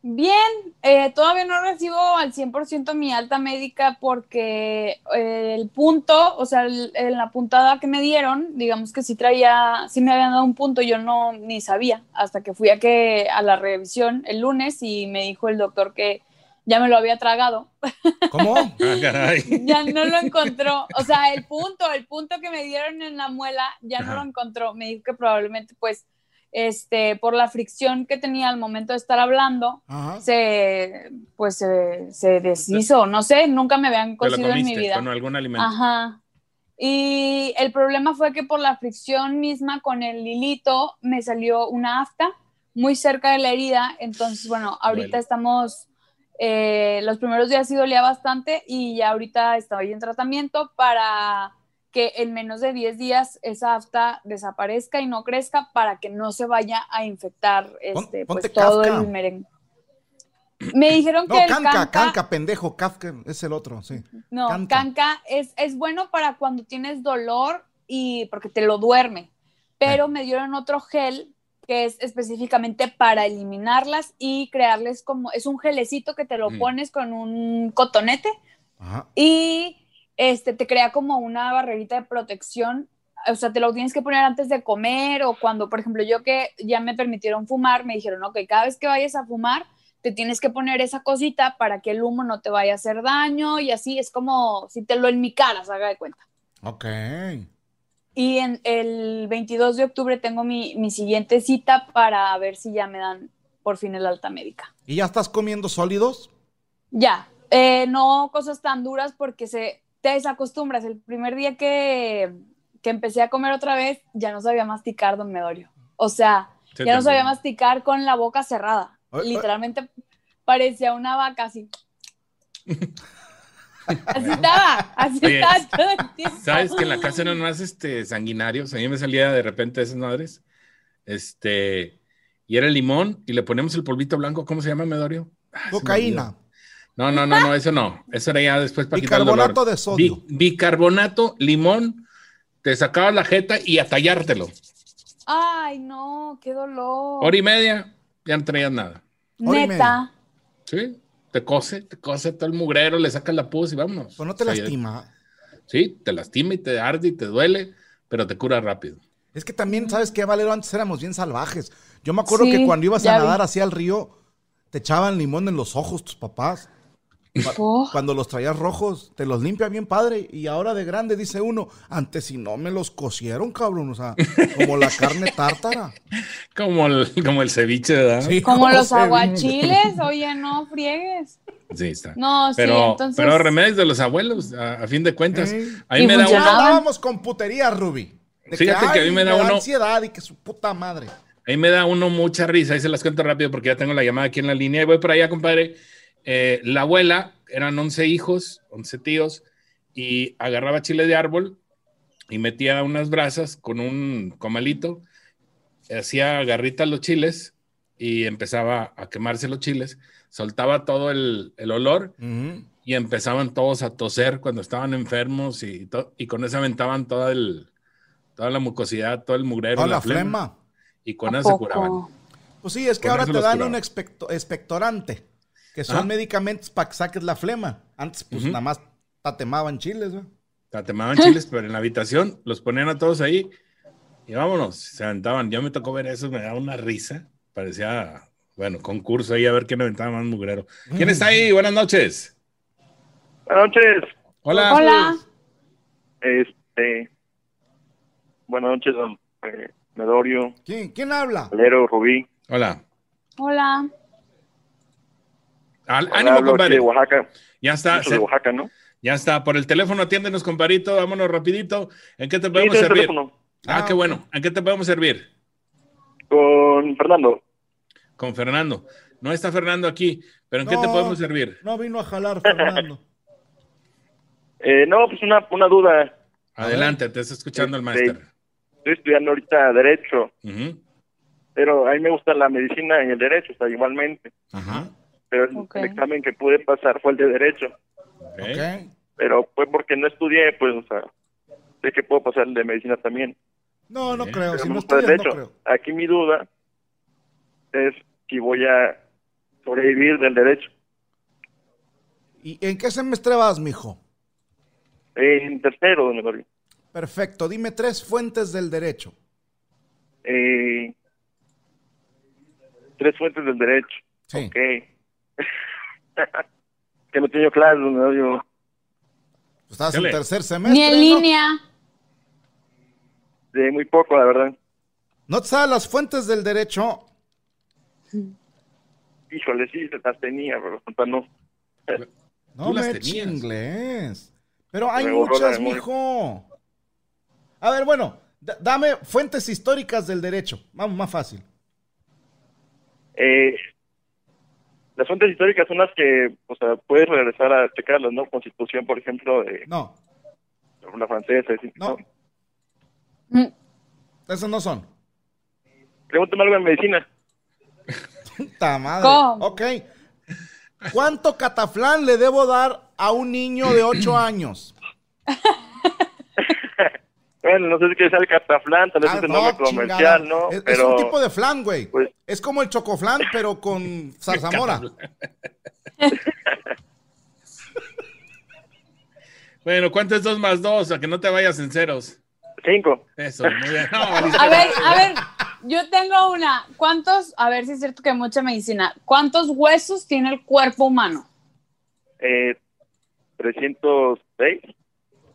Speaker 3: Bien, eh, todavía no recibo al 100% mi alta médica porque eh, el punto, o sea, el- en la puntada que me dieron, digamos que sí traía, sí me habían dado un punto, yo no ni sabía hasta que fui a que a la revisión el lunes y me dijo el doctor que ya me lo había tragado,
Speaker 1: ¿Cómo?
Speaker 2: Ah, caray.
Speaker 3: ya no lo encontró, o sea, el punto, el punto que me dieron en la muela ya no
Speaker 2: Ajá.
Speaker 3: lo encontró, me dijo que probablemente pues este por la fricción que tenía al momento de estar hablando
Speaker 1: Ajá.
Speaker 3: se pues se, se deshizo, no sé, nunca me
Speaker 2: Te
Speaker 3: habían
Speaker 2: lo
Speaker 3: cocido en mi
Speaker 2: comiste
Speaker 3: vida.
Speaker 2: con algún alimento.
Speaker 3: Ajá. Y el problema fue que por la fricción misma con el hilito me salió una afta muy cerca de la herida, entonces bueno, ahorita
Speaker 2: Duele.
Speaker 3: estamos eh, los primeros días sí dolía bastante y ya ahorita estoy en tratamiento para que en menos de 10 días esa afta desaparezca y no crezca para que no se vaya a infectar este,
Speaker 1: ponte
Speaker 3: pues, todo
Speaker 1: Kafka.
Speaker 3: el merengue. Me dijeron
Speaker 1: No,
Speaker 3: que el
Speaker 1: canca,
Speaker 3: canca,
Speaker 1: canca, pendejo, Kafka es el otro, sí.
Speaker 3: no,
Speaker 1: Canca.
Speaker 3: canca, es, es bueno para cuando tienes dolor y porque te lo duerme. Pero me dieron otro gel que es específicamente para eliminarlas y crearles como, es un gelecito que te lo
Speaker 2: Ujú.
Speaker 3: pones con un cotonete
Speaker 1: Ajá.
Speaker 3: y este te crea como una barrerita de protección. O sea, te lo tienes que poner antes de comer o cuando, por ejemplo, yo que ya me permitieron fumar, me dijeron, ok, cada vez que vayas a fumar, te tienes que poner esa cosita para que el humo no te vaya a hacer daño y así es como si te lo en mi cara, haga de cuenta.
Speaker 1: Ok.
Speaker 3: Y en el 22 de octubre tengo mi, mi siguiente cita para ver si ya me dan por fin el alta médica.
Speaker 1: ¿Y ya estás comiendo sólidos?
Speaker 3: Ya, eh, no cosas tan duras porque se, te desacostumbras. El primer día que, que empecé a comer otra vez, ya no sabía masticar, don Medorio. O sea,
Speaker 2: Sí,
Speaker 3: ya no sabía
Speaker 2: también.
Speaker 3: masticar con la boca cerrada.
Speaker 1: Ay, ay.
Speaker 3: Literalmente parecía una vaca así. Así estaba, así
Speaker 2: Oye,
Speaker 3: estaba todo el tiempo.
Speaker 2: ¿Sabes que en la casa eran más este, sanguinarios? A mí me salía de repente esas madres. Este, y era limón y le poníamos el polvito blanco. ¿Cómo se llama, Medorio? Ah, se me olvidó.
Speaker 1: Cocaína.
Speaker 2: No, no, no, no, eso no. Eso era ya después para quitar el dolor.
Speaker 1: Bicarbonato de sodio.
Speaker 2: Bi- bicarbonato, limón, te sacabas la jeta y a tallártelo.
Speaker 3: Ay, no, qué dolor.
Speaker 2: Hora y media, ya no traías nada.
Speaker 1: hora y
Speaker 3: Neta.
Speaker 2: ¿Sí? Te cose, te cose todo el mugrero, le sacas la pus y vámonos.
Speaker 1: Pues no te
Speaker 2: O sea, ya-
Speaker 1: lastima.
Speaker 2: Sí, te lastima y te arde y te duele, pero te cura rápido.
Speaker 1: Es que también, ¿sabes qué, Valero? Antes éramos bien salvajes. Yo me acuerdo que
Speaker 3: Sí,
Speaker 1: cuando ibas a
Speaker 3: ya vi.
Speaker 1: nadar así al río, te echaban limón en los ojos tus papás.
Speaker 3: Oh.
Speaker 1: Cuando los traías rojos, te los limpia bien padre. Y ahora de grande dice uno, antes si no me los cocieron, cabrón. O sea, como la carne tártara.
Speaker 2: Como el, como el ceviche, ¿verdad?
Speaker 1: Sí,
Speaker 3: Como
Speaker 1: ¿cómo
Speaker 3: los
Speaker 1: se ve?
Speaker 3: aguachiles, oye, no friegues.
Speaker 2: Sí, está.
Speaker 3: No, Oh, sí,
Speaker 2: pero,
Speaker 3: entonces.
Speaker 2: pero remedios de los abuelos, a, a fin de cuentas.
Speaker 1: Ey.
Speaker 2: A mí
Speaker 3: Y
Speaker 2: me da
Speaker 1: pues Ya
Speaker 3: funcionaba.
Speaker 2: uno,
Speaker 1: andábamos con putería, Ruby. De
Speaker 2: Fíjate que a
Speaker 1: "Ay,
Speaker 2: mí me da uno-
Speaker 1: ansiedad y que su puta madre.
Speaker 2: a mí me da uno mucha risa, ahí se las cuento rápido porque ya tengo la llamada aquí en la línea y voy para allá, compadre. Eh, la abuela, eran 11 hijos, 11 tíos, y agarraba chile de árbol y metía unas brasas con un comalito, hacía garritas los chiles y empezaba a quemarse los chiles, soltaba todo el- el olor
Speaker 1: Ujú.
Speaker 2: y empezaban todos a toser cuando estaban enfermos y, to- y con eso aventaban toda, el, toda la mucosidad, todo el mugrero,
Speaker 1: Toda
Speaker 2: la,
Speaker 1: la
Speaker 2: flema,
Speaker 1: flema.
Speaker 2: y
Speaker 3: ¿A
Speaker 2: con eso se
Speaker 3: poco?
Speaker 2: curaban.
Speaker 1: Pues sí, es que
Speaker 2: Con
Speaker 1: ahora
Speaker 2: eso
Speaker 1: te
Speaker 2: los
Speaker 1: dan
Speaker 2: curaba.
Speaker 1: un expecto- expectorante, que son
Speaker 2: Ah.
Speaker 1: medicamentos para que saques la flema. Antes, pues
Speaker 2: Ujú.
Speaker 1: nada más tatemaban chiles, ¿no?
Speaker 2: Tatemaban chiles, pero en la habitación los ponían a todos ahí y vámonos, se aventaban. Yo me tocó ver eso, me daba una risa, parecía, bueno, concurso ahí a ver quién aventaba más mugrero.
Speaker 1: Mm.
Speaker 2: ¿Quién está ahí? Buenas noches.
Speaker 6: Buenas noches.
Speaker 2: Hola.
Speaker 3: Hola.
Speaker 6: Este, buenas noches, don eh, Medorio,
Speaker 1: ¿Quién, quién habla?
Speaker 6: Valero, Rubí.
Speaker 2: Hola.
Speaker 3: Hola.
Speaker 2: Al-
Speaker 6: Hola,
Speaker 2: ánimo,
Speaker 6: hablo
Speaker 2: compadre.
Speaker 6: aquí de Oaxaca.
Speaker 2: Ya está,
Speaker 6: Mucho
Speaker 2: se-
Speaker 6: de Oaxaca, ¿no?
Speaker 2: ya está. Por el teléfono, atiéndenos, compadrito. Vámonos rapidito. ¿En qué te podemos
Speaker 6: sí, tengo el
Speaker 2: servir?
Speaker 6: teléfono.
Speaker 2: Ah,
Speaker 1: Ah,
Speaker 2: qué
Speaker 1: ok.
Speaker 2: bueno. ¿En qué te podemos servir?
Speaker 6: Con Fernando.
Speaker 2: Con Fernando. No está Fernando aquí, pero ¿en qué te
Speaker 1: No.
Speaker 2: podemos servir?
Speaker 1: No vino a jalar, Fernando.
Speaker 6: Eh, no, pues una, una duda.
Speaker 2: Adelante, te está escuchando el
Speaker 6: Este,
Speaker 2: máster.
Speaker 6: Estoy estudiando ahorita Derecho,
Speaker 2: Ujú,
Speaker 6: pero a mí me gusta la medicina y el Derecho, o sea, igualmente.
Speaker 2: Ajá.
Speaker 6: Pero el,
Speaker 3: Ok.
Speaker 6: el examen que pude pasar fue el de Derecho,
Speaker 2: ok.
Speaker 1: Ok.
Speaker 6: pero fue porque no estudié, pues, o sea, sé que puedo pasar el de Medicina también.
Speaker 1: No, no
Speaker 2: Bien.
Speaker 1: creo.
Speaker 6: Pero
Speaker 1: Si no
Speaker 6: pues,
Speaker 1: estudias,
Speaker 6: de
Speaker 1: no
Speaker 6: hecho,
Speaker 1: creo.
Speaker 6: aquí mi duda es si voy a
Speaker 8: sobrevivir del derecho.
Speaker 1: ¿Y en qué semestre vas, mijo?
Speaker 8: En tercero, don Elorio.
Speaker 1: Perfecto. Dime tres fuentes del derecho.
Speaker 8: Eh, tres fuentes del derecho.
Speaker 1: Sí.
Speaker 8: Ok. que no tengo claro, don Elorio.
Speaker 1: Estás
Speaker 2: Dale.
Speaker 1: en tercer semestre.
Speaker 3: Ni en
Speaker 1: ¿no?
Speaker 3: línea.
Speaker 8: De muy poco, la verdad.
Speaker 1: ¿No te sabes las fuentes del derecho?
Speaker 8: Híjole, sí, se las tenía, pero ahorita no.
Speaker 1: No
Speaker 2: Tú las
Speaker 1: me
Speaker 2: tenías.
Speaker 1: chingues. Pero hay
Speaker 8: Me borró la
Speaker 1: muchas,
Speaker 8: memoria.
Speaker 1: mijo. A ver, bueno, da- dame fuentes históricas del derecho. Vamos, más fácil.
Speaker 8: Eh, las fuentes históricas son las que, o sea, puedes regresar a checarlas, ¿no? Constitución, por ejemplo, de
Speaker 1: No,
Speaker 8: la francesa. sí,
Speaker 1: No.
Speaker 3: Mm,
Speaker 1: esas no son.
Speaker 8: Pregúntame algo en medicina.
Speaker 1: Puta madre.
Speaker 3: ¿Cómo?
Speaker 1: Ok. ¿Cuánto cataflán le debo dar a un niño de 8 años?
Speaker 8: Bueno, no sé si quieres el cataflán, tal vez
Speaker 1: Ah,
Speaker 8: es el nombre
Speaker 1: no,
Speaker 8: comercial,
Speaker 1: chingada.
Speaker 8: ¿no?
Speaker 1: Es, es
Speaker 8: pero
Speaker 1: un tipo de flan, güey.
Speaker 8: pues-
Speaker 1: es como el chocoflán, pero con zarzamora.
Speaker 2: Bueno, ¿cuánto es dos más dos? A que no te vayas en ceros.
Speaker 8: cinco.
Speaker 2: Eso, muy bien. No, Alicia,
Speaker 3: A ver, a ver, yo tengo una. ¿Cuántos, a ver si es cierto que mucha medicina, cuántos huesos tiene el cuerpo humano?
Speaker 8: Eh, 306.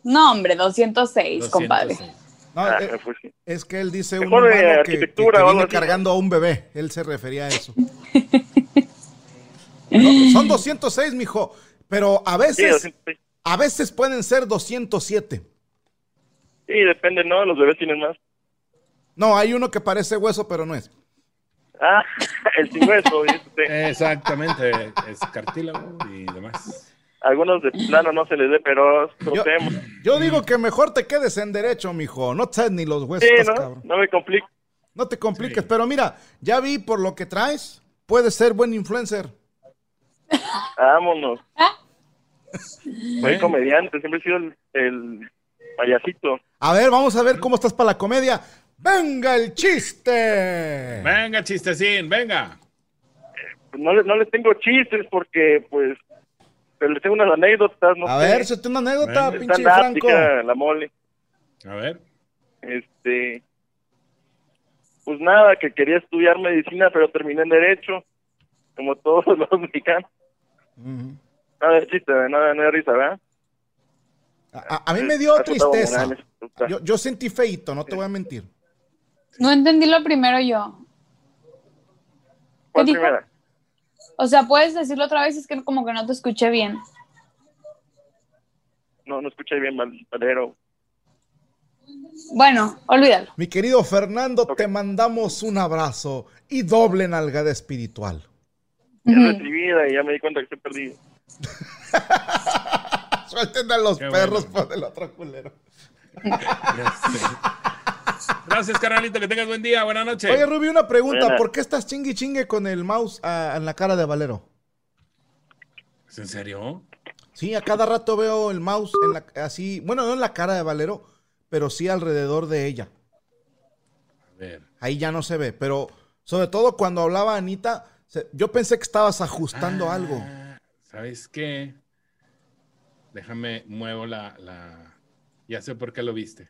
Speaker 3: No, hombre, 206,
Speaker 2: 206.
Speaker 3: compadre.
Speaker 1: No,
Speaker 8: Ah,
Speaker 1: eh,
Speaker 8: pues sí.
Speaker 1: es que él dice un
Speaker 8: Mejor, eh,
Speaker 1: humano que, que- que
Speaker 8: arquitectura o algo
Speaker 1: viene
Speaker 8: así.
Speaker 1: cargando a un bebé. Él se refería a eso. No, son 206, mijo. Pero a
Speaker 8: Sí,
Speaker 1: veces,
Speaker 8: 206.
Speaker 1: a veces pueden ser 207.
Speaker 8: Sí, depende, ¿no? Los bebés tienen más.
Speaker 1: No, hay uno que parece hueso, pero no es.
Speaker 8: Ah, el sin hueso. y este,
Speaker 2: Exactamente, es cartílago y demás.
Speaker 8: Algunos de plano no se les dé, pero otros
Speaker 1: Yo-
Speaker 8: tenemos.
Speaker 1: Yo digo que mejor te quedes en derecho, mijo. No te sabes ni los huesos,
Speaker 8: Sí,
Speaker 1: Pues, estás
Speaker 8: ¿no?
Speaker 1: cabrón.
Speaker 8: No me complico.
Speaker 1: No te compliques, pero mira, ya vi por lo que traes, puedes ser buen influencer.
Speaker 8: Vámonos. Soy
Speaker 2: Bueno,
Speaker 8: comediante, siempre he sido el, el payasito.
Speaker 1: A ver, vamos a ver cómo estás para la comedia. ¡Venga el chiste!
Speaker 2: venga, chistecín, venga.
Speaker 8: No, le- no les tengo chistes porque, pues, pero les tengo unas anécdotas, ¿no?
Speaker 1: A
Speaker 8: sé.
Speaker 1: ver, échate una
Speaker 2: Venga.
Speaker 1: anécdota,
Speaker 8: Está
Speaker 1: pinche Franco.
Speaker 8: elástica la mole.
Speaker 2: A ver.
Speaker 8: Este, pues nada, que quería estudiar medicina, pero terminé en Derecho, como todos los mexicanos.
Speaker 1: Ujú.
Speaker 8: Nada de chiste, nada, nada de risa, ¿verdad?
Speaker 1: A, a- a mí me dio
Speaker 8: Está todo
Speaker 1: tristeza.
Speaker 8: moral, está.
Speaker 1: Yo, yo sentí feito, no te voy a mentir.
Speaker 3: No entendí lo primero yo.
Speaker 8: ¿Cuál
Speaker 3: ¿Qué dijo?
Speaker 8: primera?
Speaker 3: O sea, puedes decirlo otra vez, es que como que no te escuché bien.
Speaker 8: No, no escuché bien, Val- Valero.
Speaker 3: Bueno, olvídalo.
Speaker 1: Mi querido Fernando,
Speaker 8: Ok.
Speaker 1: te mandamos un abrazo y doble nalgada espiritual.
Speaker 8: Es
Speaker 3: Ujú.
Speaker 8: recibida y ya me di cuenta que estoy perdido.
Speaker 1: Suelten a los
Speaker 2: Qué
Speaker 1: perros
Speaker 2: bueno.
Speaker 1: por el otro culero.
Speaker 2: Gracias, carnalito, que tengas buen día, buena noche.
Speaker 1: Oye, Ruby, una pregunta.
Speaker 8: Buena.
Speaker 1: ¿Por qué estás chingui chingue con el mouse ah, en la cara de Valero?
Speaker 2: ¿Es en serio?
Speaker 1: Sí, a cada rato veo el mouse en la, así, bueno, no en la cara de Valero, pero sí alrededor de ella.
Speaker 2: A ver.
Speaker 1: Ahí ya no se ve, pero sobre todo cuando hablaba Anita, se- yo pensé que estabas ajustando
Speaker 2: Ah,
Speaker 1: algo.
Speaker 2: ¿Sabes qué? Déjame, muevo la, la... Ya sé por qué lo viste.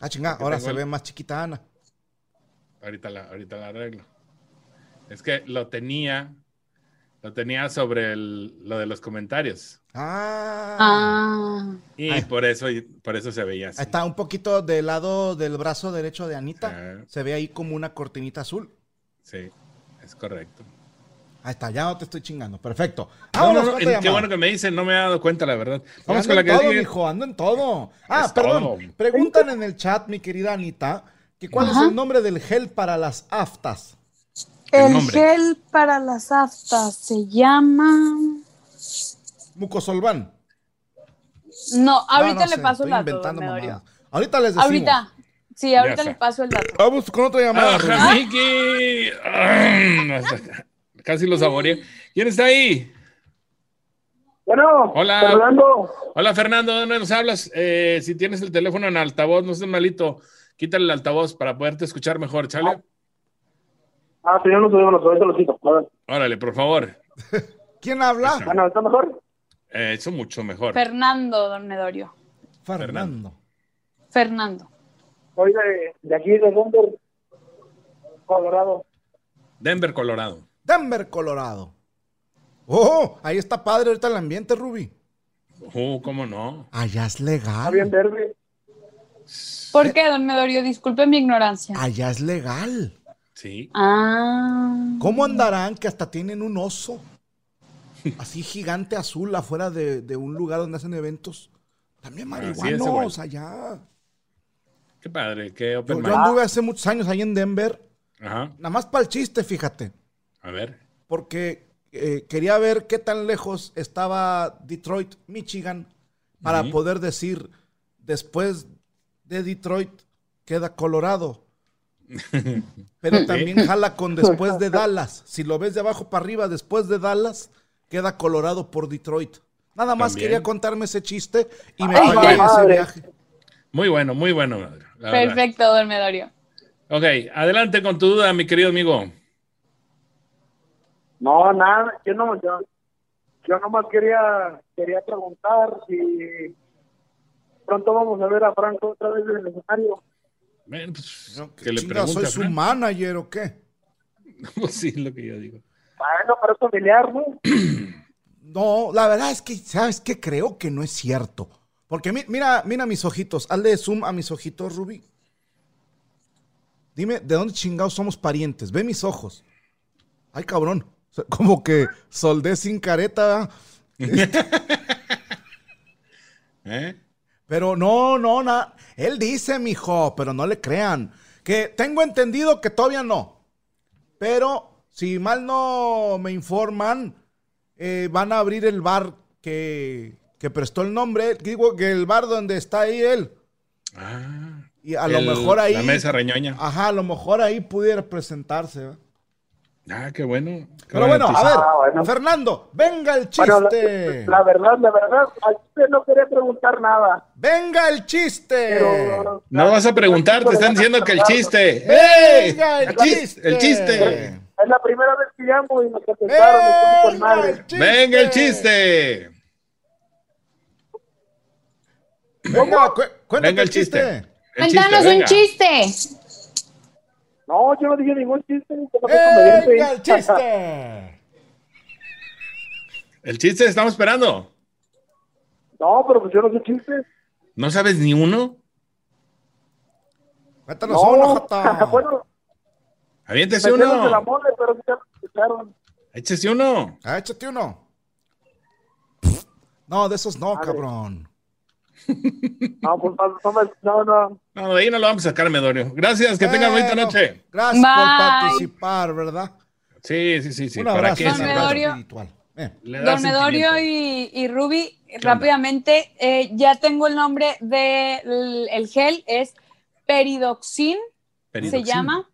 Speaker 1: Ah, chingada,
Speaker 2: porque
Speaker 1: ahora
Speaker 2: tengo
Speaker 1: se
Speaker 2: el-
Speaker 1: ve más chiquita Ana.
Speaker 2: Ahorita la, ahorita la arreglo. Es que lo tenía, lo tenía sobre el- lo de los comentarios.
Speaker 1: Ah,
Speaker 3: Ah.
Speaker 2: Y
Speaker 1: Ay.
Speaker 2: por eso, por eso se veía así.
Speaker 1: está un poquito del lado del brazo derecho de Anita.
Speaker 2: Ah.
Speaker 1: Se ve ahí como una cortinita azul.
Speaker 2: Sí, es correcto.
Speaker 1: Ahí está, ya no te estoy chingando. Perfecto.
Speaker 2: No, no,
Speaker 1: Vámonos
Speaker 2: no,
Speaker 1: con otra
Speaker 2: eh, qué
Speaker 1: llamada.
Speaker 2: bueno que me dicen, no me he dado cuenta, la verdad. Vamos con
Speaker 1: ando
Speaker 2: la
Speaker 1: en
Speaker 2: que
Speaker 1: todo,
Speaker 2: sigue.
Speaker 1: mijo, ando en todo. Ah,
Speaker 2: Es
Speaker 1: perdón.
Speaker 2: todo.
Speaker 1: Preguntan en el chat, mi querida Anita, que cuál es
Speaker 3: Ajá.
Speaker 1: el nombre del gel para las aftas.
Speaker 2: El
Speaker 3: El,
Speaker 2: nombre.
Speaker 3: gel para las aftas se llama.
Speaker 1: Mucosolván.
Speaker 3: No, ahorita
Speaker 1: No, no
Speaker 3: le
Speaker 1: sé,
Speaker 3: paso el
Speaker 1: estoy
Speaker 3: dato.
Speaker 1: inventando
Speaker 3: don Medorio.
Speaker 1: mamadas. Ahorita les decimos.
Speaker 3: Ahorita. Sí, ahorita
Speaker 2: Ya
Speaker 3: le
Speaker 2: está.
Speaker 3: paso el dato. Ah,
Speaker 1: Vamos con otra llamada. Rubén.
Speaker 2: ¡Ajá, Miki! Ah, Casi lo saboreé. ¿Quién está ahí?
Speaker 8: Bueno,
Speaker 2: Hola.
Speaker 8: Fernando.
Speaker 2: Hola, Fernando, ¿de dónde nos hablas? Eh, si tienes el teléfono en altavoz, no estés malito. Quítale el altavoz para poderte escuchar mejor, ¿chale?
Speaker 6: Ah, señor, no subimos nosotros, ahorita lo quito. Ahora-
Speaker 2: Órale, por favor.
Speaker 1: ¿Quién habla?
Speaker 2: Esa.
Speaker 6: Ah, no, ¿está mejor?
Speaker 2: Eh, Eso mucho mejor.
Speaker 3: Fernando, don Medorio.
Speaker 1: Fernando.
Speaker 3: Fernando.
Speaker 6: Soy de, de aquí, de Denver, Colorado.
Speaker 2: Denver, Colorado.
Speaker 1: Denver, Colorado. Oh, ahí está padre ahorita el ambiente, Ruby.
Speaker 2: Uh, ¿cómo no?
Speaker 1: Allá es
Speaker 6: Está bien
Speaker 1: legal.
Speaker 6: verde.
Speaker 1: Eh.
Speaker 3: ¿Por qué, don Medorio? Disculpe mi ignorancia.
Speaker 1: Allá es legal.
Speaker 2: Sí.
Speaker 3: Ah.
Speaker 1: ¿Cómo andarán que hasta tienen un oso? Así gigante azul afuera de, de un lugar donde hacen eventos. También
Speaker 2: Así es,
Speaker 1: marihuanos allá.
Speaker 2: Qué padre, qué open
Speaker 1: Yo, yo
Speaker 2: mind.
Speaker 1: anduve hace muchos años ahí en Denver.
Speaker 2: Ajá.
Speaker 1: Nada más para el chiste, fíjate.
Speaker 2: A ver.
Speaker 1: porque eh, quería ver qué tan lejos estaba Detroit, Michigan, para
Speaker 2: Ujú.
Speaker 1: poder decir después de Detroit queda Colorado. Pero también jala con después de Dallas. Si lo ves de abajo para arriba, después de Dallas, queda Colorado por Detroit. Nada más
Speaker 2: También.
Speaker 1: quería contarme ese chiste y me
Speaker 6: Ay,
Speaker 1: pagué
Speaker 6: qué
Speaker 1: ese
Speaker 6: padre.
Speaker 1: viaje.
Speaker 2: Muy bueno, muy bueno. madre, la verdad.
Speaker 3: Perfecto, don Medorio.
Speaker 2: Ok, adelante con tu duda, mi querido amigo.
Speaker 6: No, nada, yo no, yo, yo nomás quería, quería preguntar si pronto vamos a ver a Franco otra vez en el escenario.
Speaker 2: Ven, pues,
Speaker 1: No, ¿qué
Speaker 2: que le
Speaker 1: chinga,
Speaker 2: pregunte
Speaker 1: ¿Soy
Speaker 2: a
Speaker 1: su
Speaker 2: Fran.
Speaker 1: manager o qué?
Speaker 2: Pues sí, lo que yo digo.
Speaker 6: Bueno, para familiar, ¿no?
Speaker 1: No, la verdad es que, ¿sabes qué? Creo que no es cierto. Porque mi- mira, mira mis ojitos. Hazle zoom a mis ojitos, Ruby. Dime, ¿de dónde chingados somos parientes? Ve mis ojos. Ay, cabrón. O sea, Como que soldé sin careta. ¿verdad?
Speaker 2: ¿Eh?
Speaker 1: Pero no, no, na- Él dice, mijo, pero no le crean. Que tengo entendido que todavía no. Pero si mal no me informan, eh, van a abrir el bar que, que prestó el nombre. Digo que el bar donde está ahí él.
Speaker 2: Ah,
Speaker 1: Y a
Speaker 2: el-
Speaker 1: lo mejor ahí.
Speaker 2: La mesa reñoña.
Speaker 1: Ajá, a lo mejor ahí pudiera presentarse. ¿verdad?
Speaker 2: Ah, qué bueno. qué
Speaker 1: Pero bueno, a
Speaker 2: noticia.
Speaker 1: ver,
Speaker 6: Ah, bueno.
Speaker 1: Fernando, venga el
Speaker 6: Bueno, la,
Speaker 1: chiste.
Speaker 6: la verdad, la verdad, a usted no quería preguntar nada.
Speaker 1: Venga el chiste.
Speaker 6: Pero,
Speaker 2: No vas a preguntar, te están diciendo que el chiste. ¡Eh!
Speaker 1: Venga el
Speaker 2: El chis-
Speaker 1: chiste.
Speaker 2: el chiste.
Speaker 6: Es la primera vez que llamo y me contestaron. estuvo con
Speaker 1: Venga
Speaker 6: madre.
Speaker 1: el chiste.
Speaker 2: Venga el chiste.
Speaker 1: Venga, cu- cuéntate
Speaker 2: Venga el chiste. El chiste,
Speaker 3: Cuéntanos un
Speaker 2: venga.
Speaker 3: chiste.
Speaker 6: No, yo no dije ningún chiste. yo no soy comediante.
Speaker 1: Venga el chiste.
Speaker 2: El chiste, estamos esperando.
Speaker 6: no, pero pues yo no sé chistes.
Speaker 2: ¿No sabes ni uno?
Speaker 1: Cuéntanos uno,
Speaker 6: No,
Speaker 1: Jota.
Speaker 6: bueno,
Speaker 2: Aviéntese
Speaker 6: metieron de la
Speaker 2: uno.
Speaker 6: mole, pero ya lo escucharon.
Speaker 2: Échese uno.
Speaker 1: Ah, échate uno. No, de esos no, cabrón.
Speaker 6: No, pues no, no, me- no, no.
Speaker 2: No, de ahí no lo vamos a sacar, Medorio. Gracias, que tengan bonita
Speaker 1: Bueno,
Speaker 2: noche.
Speaker 1: Gracias por
Speaker 3: Bye.
Speaker 1: participar, ¿verdad?
Speaker 2: Sí, sí, sí, sí.
Speaker 1: Un
Speaker 2: ¿Para
Speaker 1: abrazo,
Speaker 2: qué?
Speaker 1: un
Speaker 3: Don
Speaker 2: Sí,
Speaker 1: abrazo
Speaker 3: Medorio.
Speaker 1: espiritual. Eh,
Speaker 2: le das
Speaker 3: Don Medorio
Speaker 2: sentimiento.
Speaker 3: y, y Ruby,
Speaker 2: onda?
Speaker 3: rápidamente, eh, ya tengo el nombre del el gel, es Peridoxin,
Speaker 2: Peridoxina.
Speaker 3: se llama,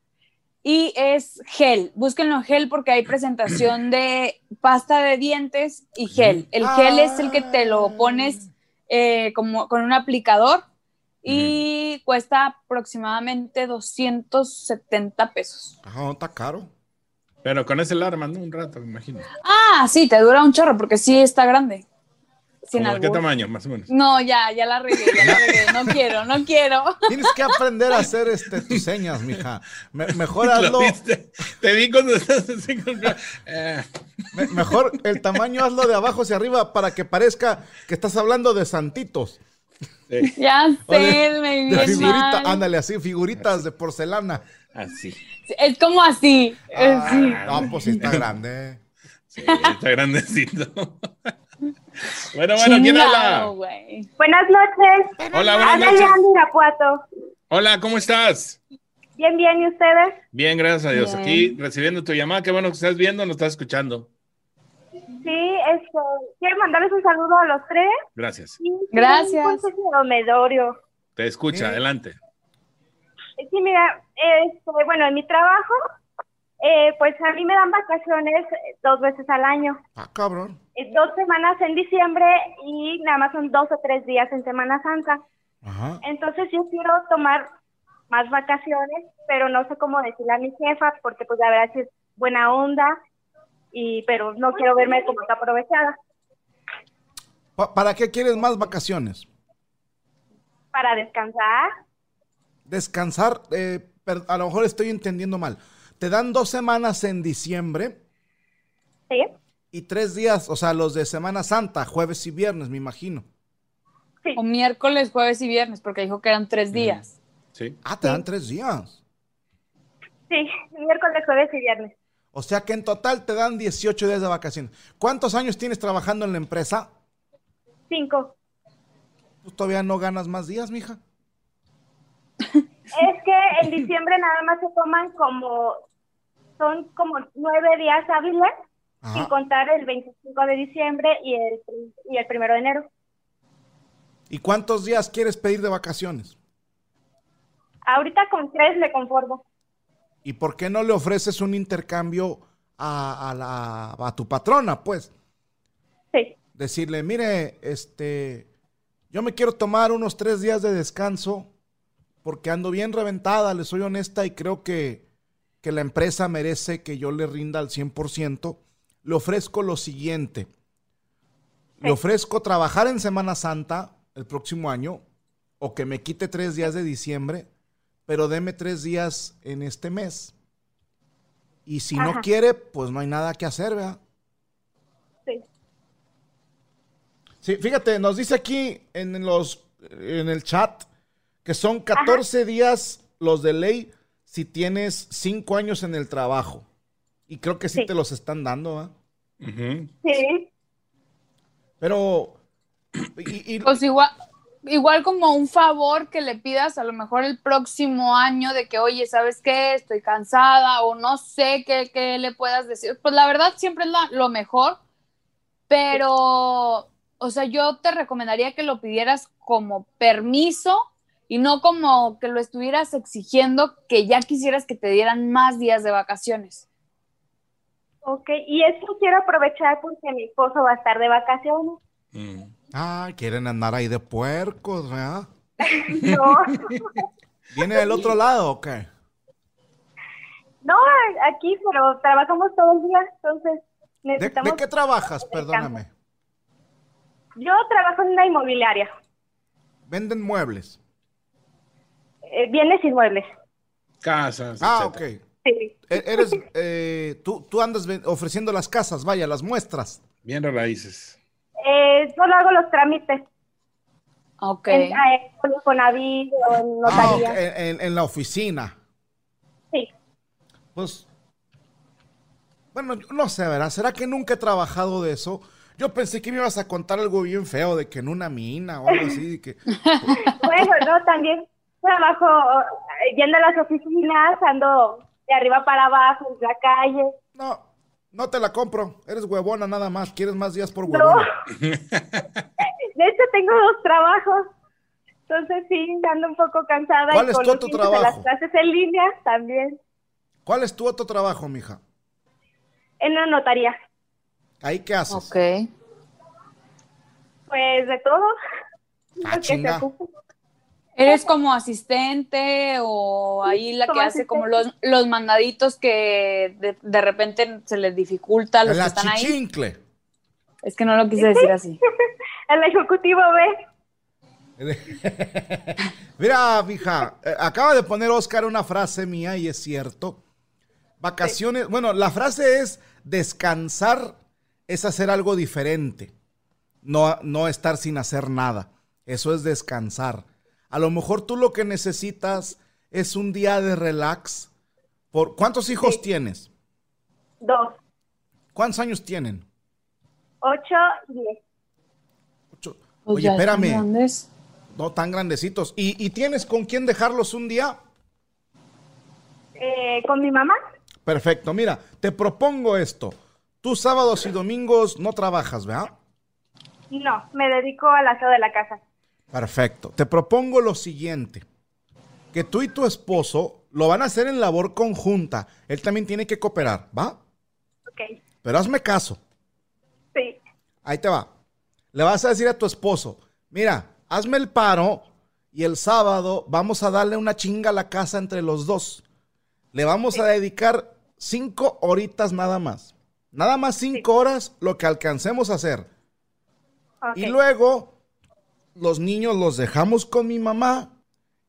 Speaker 3: y es gel. Búsquenlo gel porque hay presentación de eh, pasta de dientes y gel. El gel es el que te
Speaker 1: Ah.
Speaker 3: lo pones eh, como con un aplicador y cuesta aproximadamente 270 pesos.
Speaker 1: Ajá, no está caro.
Speaker 2: Pero con ese alarma, ¿no? Un rato, me imagino.
Speaker 3: Ah, sí, te dura un chorro porque sí está grande. Sin
Speaker 2: ¿Cómo de ¿Qué
Speaker 3: albur.
Speaker 2: tamaño, más o menos?
Speaker 3: No, ya, ya la regué, ya la regué. No quiero, no quiero.
Speaker 1: Tienes que aprender a hacer este, tus señas, mija. Me- mejor
Speaker 2: ¿Lo
Speaker 1: hazlo.
Speaker 2: viste? Te vi cuando estás así con- Eh,
Speaker 1: me- mejor el tamaño hazlo de abajo hacia arriba para que parezca que estás hablando de santitos.
Speaker 2: sí,
Speaker 3: Ya sé,
Speaker 1: Oye, ah.
Speaker 3: me vi
Speaker 1: De
Speaker 3: bien
Speaker 1: figurita,
Speaker 3: mal.
Speaker 1: ándale así, figuritas de porcelana.
Speaker 2: así.
Speaker 3: Es como así. eh, sí.
Speaker 1: Ah, pues sí está grande.
Speaker 2: Sí, está grandecito. Bueno, bueno, ¿quién
Speaker 3: Chingado,
Speaker 2: habla?
Speaker 3: güey.
Speaker 5: Buenas noches.
Speaker 2: Hola, buenas
Speaker 5: Habla
Speaker 2: noches.
Speaker 5: Yandy Irapuato.
Speaker 2: Hola, ¿cómo estás?
Speaker 5: Bien, bien, ¿y ustedes?
Speaker 2: Bien, gracias a Dios.
Speaker 3: Bien.
Speaker 2: Aquí recibiendo tu llamada. Qué bueno que estás viendo, nos estás escuchando.
Speaker 5: Sí, este, quiero mandarles un saludo a los tres.
Speaker 2: Gracias.
Speaker 5: Y-
Speaker 3: Gracias.
Speaker 5: Un consejo de Don Medorio.
Speaker 2: Te escucha,
Speaker 1: Sí.
Speaker 2: adelante.
Speaker 5: Sí, mira, este, bueno, en mi trabajo, eh, pues a mí me dan vacaciones eh, dos veces al año.
Speaker 1: Ah, cabrón.
Speaker 5: Eh, Dos semanas en diciembre y nada más son dos o tres días en Semana Santa.
Speaker 1: Ajá.
Speaker 5: Entonces yo quiero tomar más vacaciones, pero no sé cómo decirle a mi jefa, porque pues la verdad sí es buena onda, y pero no quiero verme como que aprovechada
Speaker 1: Pa- ¿Para qué quieres más vacaciones?
Speaker 5: para descansar.
Speaker 1: Descansar, eh, per- a lo mejor estoy entendiendo mal. Te dan dos semanas en diciembre
Speaker 5: Sí,
Speaker 1: y tres días, o sea, los de Semana Santa, jueves y viernes, me imagino.
Speaker 3: O miércoles, jueves y viernes, porque dijo que eran tres días.
Speaker 2: Sí.
Speaker 1: Ah, te dan tres días.
Speaker 5: sí, miércoles, jueves y viernes.
Speaker 1: O sea que en total te dan 18 días de vacaciones. ¿Cuántos años tienes trabajando en la empresa?
Speaker 5: Cinco.
Speaker 1: Pues todavía no ganas más días, mija.
Speaker 5: Es que en diciembre nada más se toman como, son como nueve días hábiles, sin
Speaker 1: Ajá.
Speaker 5: contar el 25 de diciembre y el, prim- y el primero de enero.
Speaker 1: ¿Y cuántos días quieres pedir de vacaciones?
Speaker 5: Ahorita con tres me conformo.
Speaker 1: ¿Y por qué no le ofreces un intercambio a, a la- a tu patrona, pues?
Speaker 5: Sí,
Speaker 1: Decirle, mire, este, yo me quiero tomar unos tres días de descanso porque ando bien reventada, le soy honesta y creo que, que la empresa merece que yo le rinda al 100%. Le ofrezco lo siguiente. Le ofrezco trabajar en Semana Santa el próximo año o que me quite tres días de diciembre, pero deme tres días en este mes. Y si no
Speaker 5: Ajá.
Speaker 1: quiere, pues no hay nada que hacer, ¿verdad?
Speaker 5: sí.
Speaker 1: Sí, fíjate, nos dice aquí en los en el chat que son 14 días los de ley si tienes 5 años en el trabajo. Y creo que sí,
Speaker 5: Sí.
Speaker 1: te los están dando, ¿va?
Speaker 2: Ujú.
Speaker 5: Sí,
Speaker 1: Pero y- y-
Speaker 3: Pues igual, igual como un favor que le pidas a lo mejor el próximo año de que, oye, ¿sabes qué? Estoy cansada o no sé qué, qué le puedas decir. Pues la verdad siempre es la- lo mejor, pero, o sea, yo te recomendaría que lo pidieras como permiso y no como que lo estuvieras exigiendo que ya quisieras que te dieran más días de vacaciones.
Speaker 5: ok. Y es que quiero aprovechar porque mi esposo va a estar de vacaciones.
Speaker 2: Mm.
Speaker 1: ah, quieren andar ahí de puercos, ¿verdad?
Speaker 5: No,
Speaker 1: Viene del otro lado, ¿o qué?
Speaker 5: no aquí, pero trabajamos todo el día, entonces
Speaker 1: ¿De,
Speaker 5: necesitamos...
Speaker 1: de qué trabajas? Perdóname.
Speaker 5: Yo trabajo en una inmobiliaria,
Speaker 1: Venden muebles.
Speaker 5: eh, bienes inmuebles.
Speaker 2: Casas.
Speaker 1: Ah, ok.
Speaker 2: etcétera.
Speaker 1: E-
Speaker 5: Sí,
Speaker 1: Eres, eh, tú, tú andas ven- ofreciendo las casas, vaya, las muestras.
Speaker 2: Bien raíces.
Speaker 5: eh, solo hago los trámites
Speaker 3: Ok.
Speaker 5: en, ah, eh, con Infonavit o en
Speaker 1: Ah,
Speaker 5: notaría.
Speaker 1: ok, en- en- en la oficina.
Speaker 5: Sí,
Speaker 1: Pues, bueno, yo no sé, ¿verdad? ¿Será que nunca he trabajado de eso? Yo pensé que me ibas a contar algo bien feo, de que en una mina o algo así, de que...
Speaker 5: bueno, no, también trabajo eh, yendo a las oficinas, ando de arriba para abajo, en la calle.
Speaker 1: No, no te la compro, eres huevona nada más, quieres más días por huevona.
Speaker 5: De hecho, tengo dos trabajos. Entonces, sí, ando un poco cansada.
Speaker 1: ¿Cuál es tu
Speaker 5: los
Speaker 1: otro
Speaker 5: pinches de
Speaker 1: trabajo?
Speaker 5: Las clases en línea también,
Speaker 1: ¿Cuál es tu otro trabajo, mija?
Speaker 5: en una notaría.
Speaker 1: ¿Ahí qué haces?
Speaker 3: Ok.
Speaker 5: Pues de todo. lo que
Speaker 1: Ah,
Speaker 5: se
Speaker 1: chinga.
Speaker 5: ocupe.
Speaker 3: ¿Eres como asistente o ahí la que
Speaker 5: como
Speaker 3: hace como los, los mandaditos que de, de repente se les dificulta a los que
Speaker 1: La
Speaker 3: están ahí?
Speaker 1: chichincle.
Speaker 3: Es que no lo quise decir así.
Speaker 5: El ejecutivo B.
Speaker 1: Mira, mija, eh, acaba de poner Oscar una frase mía y es cierto. Vacaciones, bueno, la frase es descansar es hacer algo diferente, no, no estar sin hacer nada. Eso es descansar. A lo mejor tú lo que necesitas es un día de relax. Por, ¿Cuántos hijos tienes?
Speaker 5: Dos,
Speaker 1: ¿Cuántos años tienen?
Speaker 5: ocho y diez.
Speaker 1: Ocho.
Speaker 3: Pues
Speaker 1: Oye,
Speaker 3: ya están
Speaker 1: espérame,
Speaker 3: grandes.
Speaker 1: no tan grandecitos. ¿Y, ¿Y tienes con quién dejarlos un día?
Speaker 5: Eh, con mi mamá,
Speaker 1: Perfecto, mira, te propongo esto. Tú sábados y domingos no trabajas, ¿verdad?
Speaker 5: no, me dedico al aseo de la casa.
Speaker 1: Perfecto. Te propongo lo siguiente. Que tú y tu esposo lo van a hacer en labor conjunta. Él también tiene que cooperar, ¿va?
Speaker 5: Ok,
Speaker 1: Pero hazme caso.
Speaker 5: sí,
Speaker 1: Ahí te va. Le vas a decir a tu esposo, mira, hazme el paro y el sábado vamos a darle una chinga a la casa entre los dos. Le vamos a dedicar cinco horitas nada más. Nada más cinco horas lo que alcancemos a hacer.
Speaker 5: Ok.
Speaker 1: Y luego los niños los dejamos con mi mamá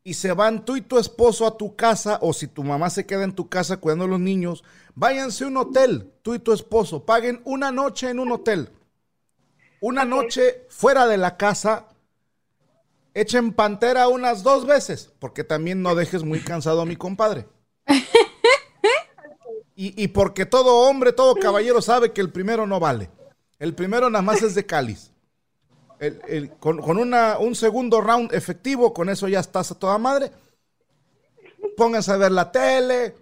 Speaker 1: y se van tú y tu esposo a tu casa o si tu mamá se queda en tu casa cuidando a los niños, váyanse a un hotel, tú y tu esposo, paguen una noche en un hotel. Una noche fuera de la casa, echen pantera unas dos veces, porque también no dejes muy cansado a mi compadre. Y, y porque todo hombre, todo caballero sabe que el primero no vale. El primero nada más es de cáliz. El- el- con con una, un segundo round efectivo, con eso ya estás a toda madre. Pónganse a ver la tele,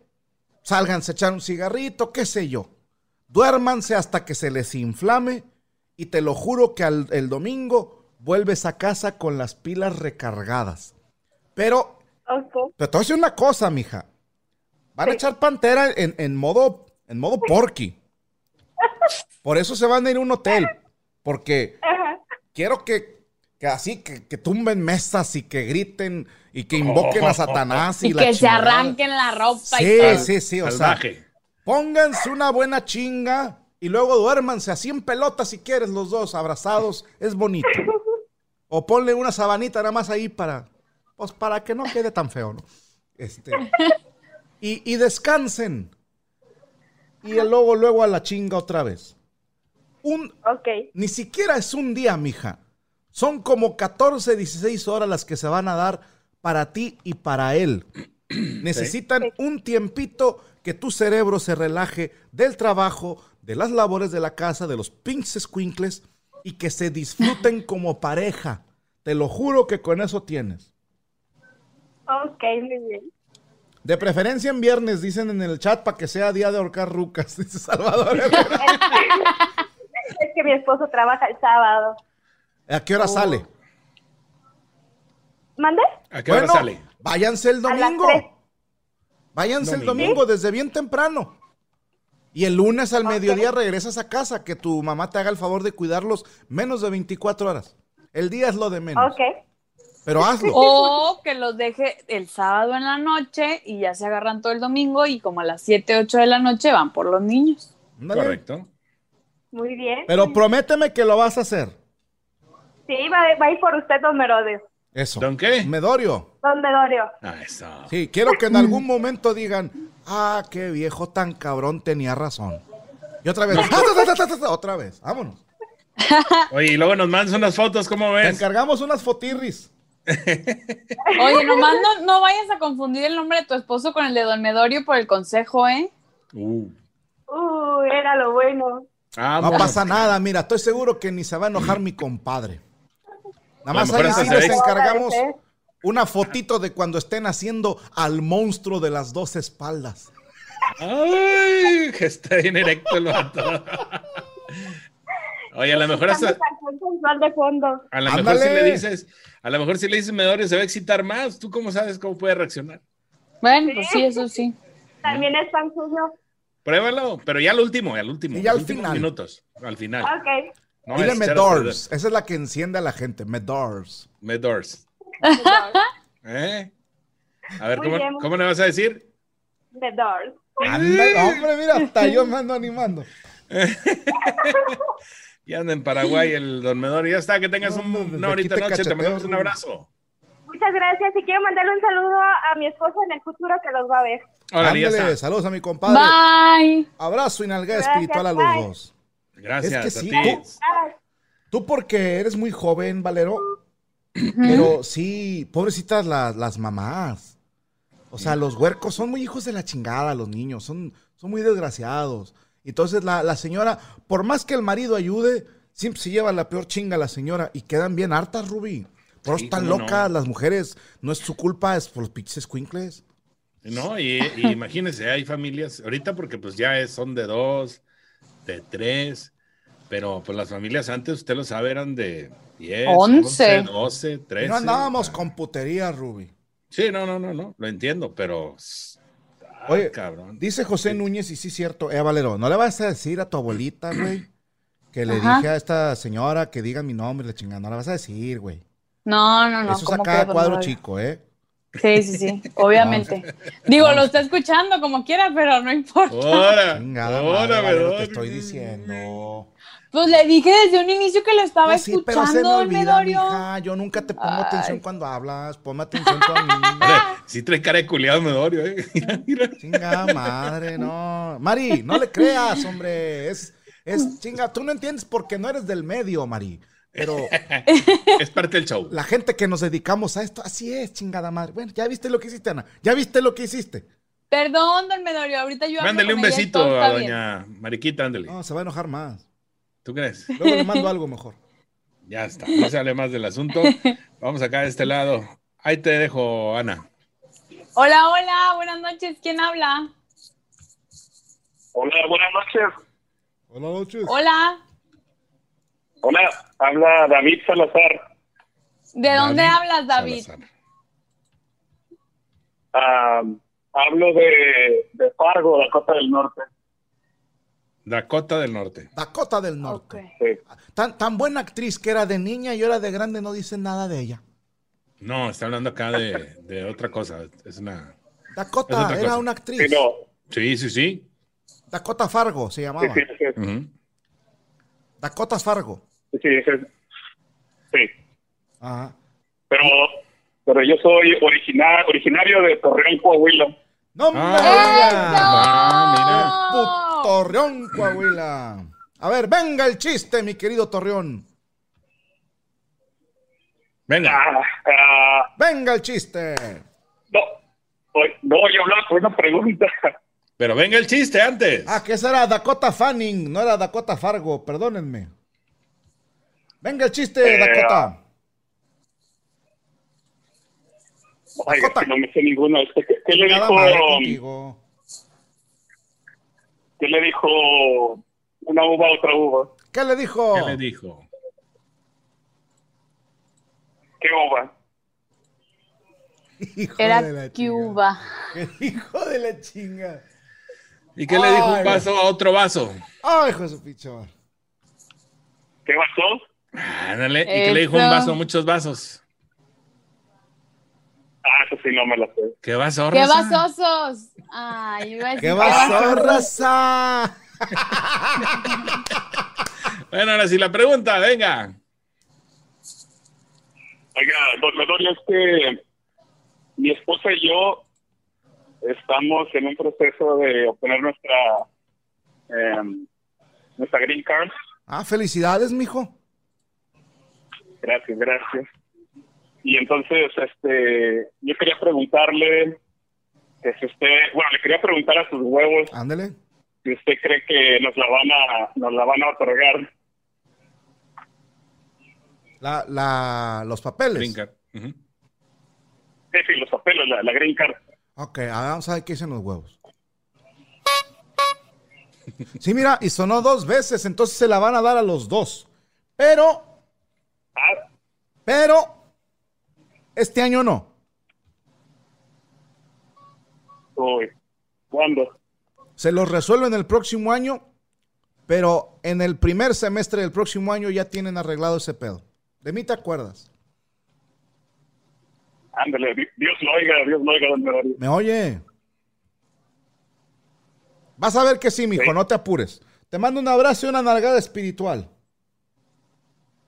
Speaker 1: sálganse a echar un cigarrito, qué sé yo. Duérmanse hasta que se les inflame y te lo juro que al- el domingo vuelves a casa con las pilas recargadas. Pero
Speaker 5: Ok.
Speaker 1: pero te voy a decir una cosa, mija. Van a echar pantera en, en modo, en modo porky. Por eso se van a ir a un hotel. Porque
Speaker 5: Ajá.
Speaker 1: quiero que, que así, que, que tumben mesas y que griten y que invoquen a Satanás y,
Speaker 3: Y
Speaker 1: la
Speaker 3: que se
Speaker 1: chingada.
Speaker 3: arranquen la ropa y
Speaker 1: Sí,
Speaker 3: todo.
Speaker 1: sí, sí. O sea,
Speaker 2: Salvaje.
Speaker 1: pónganse una buena chinga y luego duérmanse así en pelota si quieres, los dos abrazados. Es bonito. O ponle una sabanita nada más ahí para, pues para que no quede tan feo, ¿no? Este, y, y descansen. Y luego, luego a la chinga otra vez. Un,
Speaker 5: Ok.
Speaker 1: ni siquiera es un día, mija. Son como 14, 16 horas las que se van a dar para ti y para él. Necesitan un tiempito que tu cerebro se relaje del trabajo, de las labores de la casa, de los pinches squinkles y que se disfruten como pareja. Te lo juro que con eso tienes.
Speaker 5: Ok, muy bien.
Speaker 1: De preferencia en viernes, dicen en el chat, para que sea día de ahorcar rucas, dice Salvador.
Speaker 5: Es que mi esposo trabaja el sábado.
Speaker 1: ¿A qué hora
Speaker 2: Uh.
Speaker 1: sale?
Speaker 5: ¿Mande?
Speaker 2: ¿A qué hora
Speaker 1: Bueno,
Speaker 2: sale?
Speaker 1: Váyanse el
Speaker 5: A las
Speaker 1: domingo.
Speaker 5: tres.
Speaker 1: Váyanse el
Speaker 2: Domingo.
Speaker 1: domingo desde bien temprano. Y el lunes al mediodía regresas a casa, que tu mamá te haga el favor de cuidarlos menos de 24 horas. El día es lo de menos.
Speaker 5: Ok. Oh.
Speaker 1: Pero hazlo.
Speaker 3: O que los deje el sábado en la noche y ya se agarran todo el domingo y como a las 7, 8 de la noche van por los niños.
Speaker 1: Ándale.
Speaker 2: Correcto.
Speaker 5: Muy bien.
Speaker 1: Pero prométeme que lo vas a hacer.
Speaker 5: Sí, va, va a ir por usted, don Merodio.
Speaker 1: Eso.
Speaker 2: ¿Don qué?
Speaker 1: Medorio.
Speaker 5: Don Merodio.
Speaker 2: Ahí Ah, está.
Speaker 1: Sí, quiero que en algún momento digan, ah, qué viejo tan cabrón tenía razón. Y otra vez, "Ah, ta, ta, ta, ta, ta", otra vez, vámonos.
Speaker 2: Oye, y luego nos mandas unas fotos, ¿cómo
Speaker 1: Te
Speaker 2: ves?
Speaker 1: encargamos unas fotirris.
Speaker 3: Oye, nomás no, no vayas a confundir el nombre de tu esposo con el de Don Medorio por el consejo, ¿eh?
Speaker 2: Uh,
Speaker 5: Uh, era lo bueno.
Speaker 1: No
Speaker 2: vámonos.
Speaker 1: pasa nada, mira, estoy seguro que ni se va a enojar mi compadre.
Speaker 2: A lo
Speaker 1: Nada más
Speaker 2: mejor
Speaker 1: ahí
Speaker 2: hasta
Speaker 1: sí
Speaker 2: se
Speaker 1: les
Speaker 2: ve.
Speaker 1: encargamos
Speaker 5: Otra vez, ¿eh?
Speaker 1: una fotito de cuando estén haciendo al monstruo de las dos espaldas.
Speaker 2: Ay, que está bien erecto el vato. Oye, a lo mejor
Speaker 5: Está
Speaker 2: hasta,
Speaker 5: mi canción sensual de fondo.
Speaker 2: a lo mejor si
Speaker 1: Ándale.
Speaker 2: le dices, a lo mejor si le dices Medorio se va a excitar más. ¿Tú cómo sabes cómo puede reaccionar?
Speaker 3: Bueno, pues sí, eso sí.
Speaker 5: También es pan suyo.
Speaker 2: Pruébalo, pero ya al último, al último.
Speaker 1: Y ya
Speaker 2: los
Speaker 1: al
Speaker 2: últimos
Speaker 1: final. Ah,
Speaker 2: minutos, al final.
Speaker 5: Ok.
Speaker 2: No
Speaker 1: Dile
Speaker 2: es echar a perder.
Speaker 1: Medors. Esa es la que enciende a la gente. Medors.
Speaker 2: Medors. ¿Eh? A ver,
Speaker 5: Muy
Speaker 2: ¿cómo,
Speaker 5: bien, muy
Speaker 2: ¿cómo le vas a decir?
Speaker 5: The Doors.
Speaker 1: Ándale, hombre, mira, hasta yo me ando animando.
Speaker 2: Ya anda en Paraguay el dormedor. Ya está, que tengas
Speaker 1: No,
Speaker 2: un-
Speaker 1: no, desde
Speaker 2: una
Speaker 1: aquí
Speaker 2: bonita
Speaker 1: te
Speaker 2: noche. Te
Speaker 1: cacheteo,
Speaker 2: mandamos un
Speaker 1: Rubén.
Speaker 2: abrazo.
Speaker 5: Muchas gracias y quiero mandarle un saludo a mi esposo en el futuro que los va a ver.
Speaker 2: Órale, ya
Speaker 1: Ándale,
Speaker 2: está.
Speaker 1: saludos a mi compadre.
Speaker 3: Bye.
Speaker 1: Abrazo y nalga
Speaker 5: Gracias,
Speaker 1: espiritual a los
Speaker 5: bye.
Speaker 1: dos.
Speaker 2: Gracias
Speaker 1: Es que
Speaker 2: a
Speaker 1: sí,
Speaker 2: ti.
Speaker 1: tú-
Speaker 5: Ay,
Speaker 1: Tú porque eres muy joven, Valero, pero sí, pobrecitas las, las mamás. O sea, los huercos son muy hijos de la chingada, los niños, son, son muy desgraciados. Entonces la, la señora, por más que el marido ayude, siempre se lleva la peor chinga la señora y quedan bien hartas, Ruby. Por eso
Speaker 2: Sí,
Speaker 1: están
Speaker 2: cómo no.
Speaker 1: locas las mujeres, no es su culpa, es por los pinches escuincles.
Speaker 2: No, y, y imagínense, hay familias, ahorita porque pues ya es- son de dos, de tres, pero pues las familias antes, usted lo sabe, eran de 10,
Speaker 3: Once.
Speaker 2: 11, 12, 13.
Speaker 1: No andábamos con putería, Ruby.
Speaker 2: Sí, no, no, no, no, lo entiendo, pero... ah,
Speaker 1: Oye,
Speaker 2: cabrón.
Speaker 1: Dice José Núñez, y sí es cierto, eh, Valero, ¿no le vas a decir a tu abuelita, güey? Que le
Speaker 3: Ajá.
Speaker 1: dije a esta señora que diga mi nombre, la chingada, no la vas a decir, güey.
Speaker 3: No, no, no.
Speaker 1: Eso es
Speaker 3: ¿cómo
Speaker 1: acá
Speaker 3: que
Speaker 1: cuadro
Speaker 3: no?
Speaker 1: chico, ¿eh?
Speaker 3: Sí, sí, sí, obviamente. Digo, lo está escuchando como quiera, pero no importa.
Speaker 2: Ahora,
Speaker 1: Chingada
Speaker 2: ahora,
Speaker 1: madre, vale lo
Speaker 2: Medorio.
Speaker 1: que estoy diciendo.
Speaker 3: Pues le dije desde un inicio que lo estaba
Speaker 1: Pues sí, pero se me
Speaker 3: escuchando, el
Speaker 1: olvida,
Speaker 3: Medorio.
Speaker 1: mija. Yo nunca te pongo
Speaker 3: Ay.
Speaker 1: atención cuando hablas. Ponme atención tú a mí.
Speaker 2: Hombre, sí trae cara de culiado Medorio, ¿eh? Mira, mira.
Speaker 1: Chingada madre, no. Mari, no le creas, hombre. Es, es chinga. Tú no entiendes porque no eres del medio, Mari. Pero
Speaker 2: Es parte del show.
Speaker 1: la gente que nos dedicamos a esto, así es, chingada madre. Bueno, ya viste lo que hiciste, Ana. Ya viste lo que hiciste.
Speaker 3: Perdón, don Medorio, ahorita yo hablo
Speaker 2: Mándale
Speaker 3: con
Speaker 2: un
Speaker 3: ella,
Speaker 2: besito
Speaker 3: todo
Speaker 2: a
Speaker 3: está bien.
Speaker 2: doña Ah, Mariquita, ándale.
Speaker 1: No, se va a enojar más.
Speaker 2: ¿Tú crees?
Speaker 1: Luego le mando algo mejor.
Speaker 2: Ya está, no sale más del asunto. Vamos acá de este lado. Ahí te dejo, Ana.
Speaker 3: Hola, hola, buenas noches, ¿quién habla?
Speaker 6: Hola, buenas noches.
Speaker 1: Hola, noches.
Speaker 3: Hola,
Speaker 6: Hola, habla David Salazar.
Speaker 3: ¿de dónde
Speaker 2: David
Speaker 3: hablas, David?
Speaker 2: Salazar.
Speaker 6: Ah, hablo de, de Fargo, Dakota del Norte.
Speaker 2: Dakota del Norte.
Speaker 1: Dakota del Norte.
Speaker 3: Ok.
Speaker 6: Sí.
Speaker 1: Tan, tan buena actriz que era de niña y ahora de grande no dicen nada de ella.
Speaker 2: No, está hablando acá de, de otra cosa. Es una. Es
Speaker 1: Dakota
Speaker 2: otra
Speaker 1: Ah, era
Speaker 2: cosa.
Speaker 1: una
Speaker 6: Sí,
Speaker 1: actriz.
Speaker 6: no,
Speaker 2: Sí, sí, sí.
Speaker 1: Dakota Fargo
Speaker 6: sí,
Speaker 1: se llamaba.
Speaker 6: sí, sí,
Speaker 2: Ujú.
Speaker 1: Dakota Fargo.
Speaker 6: sí, sí, sí, sí.
Speaker 1: Ajá.
Speaker 6: Pero, pero yo soy originar, originario de Torreón, Coahuila.
Speaker 1: No me digas.
Speaker 2: Ah,
Speaker 1: Pu- Torreón, Coahuila. A ver, venga el chiste, mi querido Torreón.
Speaker 2: mira. Venga.
Speaker 6: Ah, ah,
Speaker 1: Venga el chiste.
Speaker 6: no, hoy- no, yo hablaba con una pregunta.
Speaker 2: Pero venga el chiste antes.
Speaker 1: Ah, que esa era Dakota Fanning, no era Dakota Fargo, perdónenme. Venga el chiste,
Speaker 6: Eh,
Speaker 1: Dakota.
Speaker 6: Ay,
Speaker 1: Dakota.
Speaker 6: es que no me sé ninguno. Este, ¿Qué, qué le
Speaker 1: Nada
Speaker 6: dijo,
Speaker 1: mal contigo.
Speaker 6: qué le dijo una uva a otra uva?
Speaker 1: ¿Qué le dijo?
Speaker 2: ¿Qué le dijo?
Speaker 6: ¿Qué uva?
Speaker 1: Hijo de la
Speaker 3: Era
Speaker 1: chingada.
Speaker 3: Cuba.
Speaker 1: Hijo de la chinga.
Speaker 2: ¿Y qué le dijo
Speaker 1: Ay,
Speaker 2: un vaso a otro vaso?
Speaker 1: Ay, hijo de su pinche madre.
Speaker 6: ¿Qué pasó?
Speaker 2: Ándale. ¿Y qué le dijo un
Speaker 3: Eso.
Speaker 2: vaso a muchos vasos?
Speaker 6: Ah, eso sí, no me lo sé.
Speaker 2: ¿Qué vaso?
Speaker 3: ¡Qué
Speaker 2: raza?
Speaker 3: vasosos! Ay, iba a decir,
Speaker 1: ¿Qué
Speaker 3: vasos?
Speaker 1: pasó, raza?
Speaker 2: Bueno, ahora sí la pregunta, venga.
Speaker 6: Oiga, don Medorio, es que mi esposa y yo estamos en un proceso de obtener nuestra, em, nuestra green card.
Speaker 1: Ah, felicidades, mijo.
Speaker 6: Gracias, gracias. Y entonces, este, yo quería preguntarle que si usted, bueno, le quería preguntar a sus huevos
Speaker 1: Ándele.
Speaker 6: si usted cree que nos la van a, nos la van a otorgar.
Speaker 1: La, la, los papeles.
Speaker 2: Brinca. Ujú.
Speaker 6: Sí, sí, los papeles, la, la green card.
Speaker 1: Ok, a ver, vamos a ver qué dicen los huevos. Sí, mira, y sonó dos veces, entonces se la van a dar a los dos. Pero,
Speaker 6: Ah,
Speaker 1: pero, este año no.
Speaker 6: uy, ¿cuándo?
Speaker 1: Se los resuelven el próximo año, pero en el primer semestre del próximo año ya tienen arreglado ese pedo. De mí te acuerdas.
Speaker 6: Ándale, di- Dios lo oiga, Dios lo oiga, don Medorio.
Speaker 1: ¿Me oye? Vas a ver que sí, mijo,
Speaker 6: Sí.
Speaker 1: no te apures. Te mando un abrazo y una nalgada espiritual.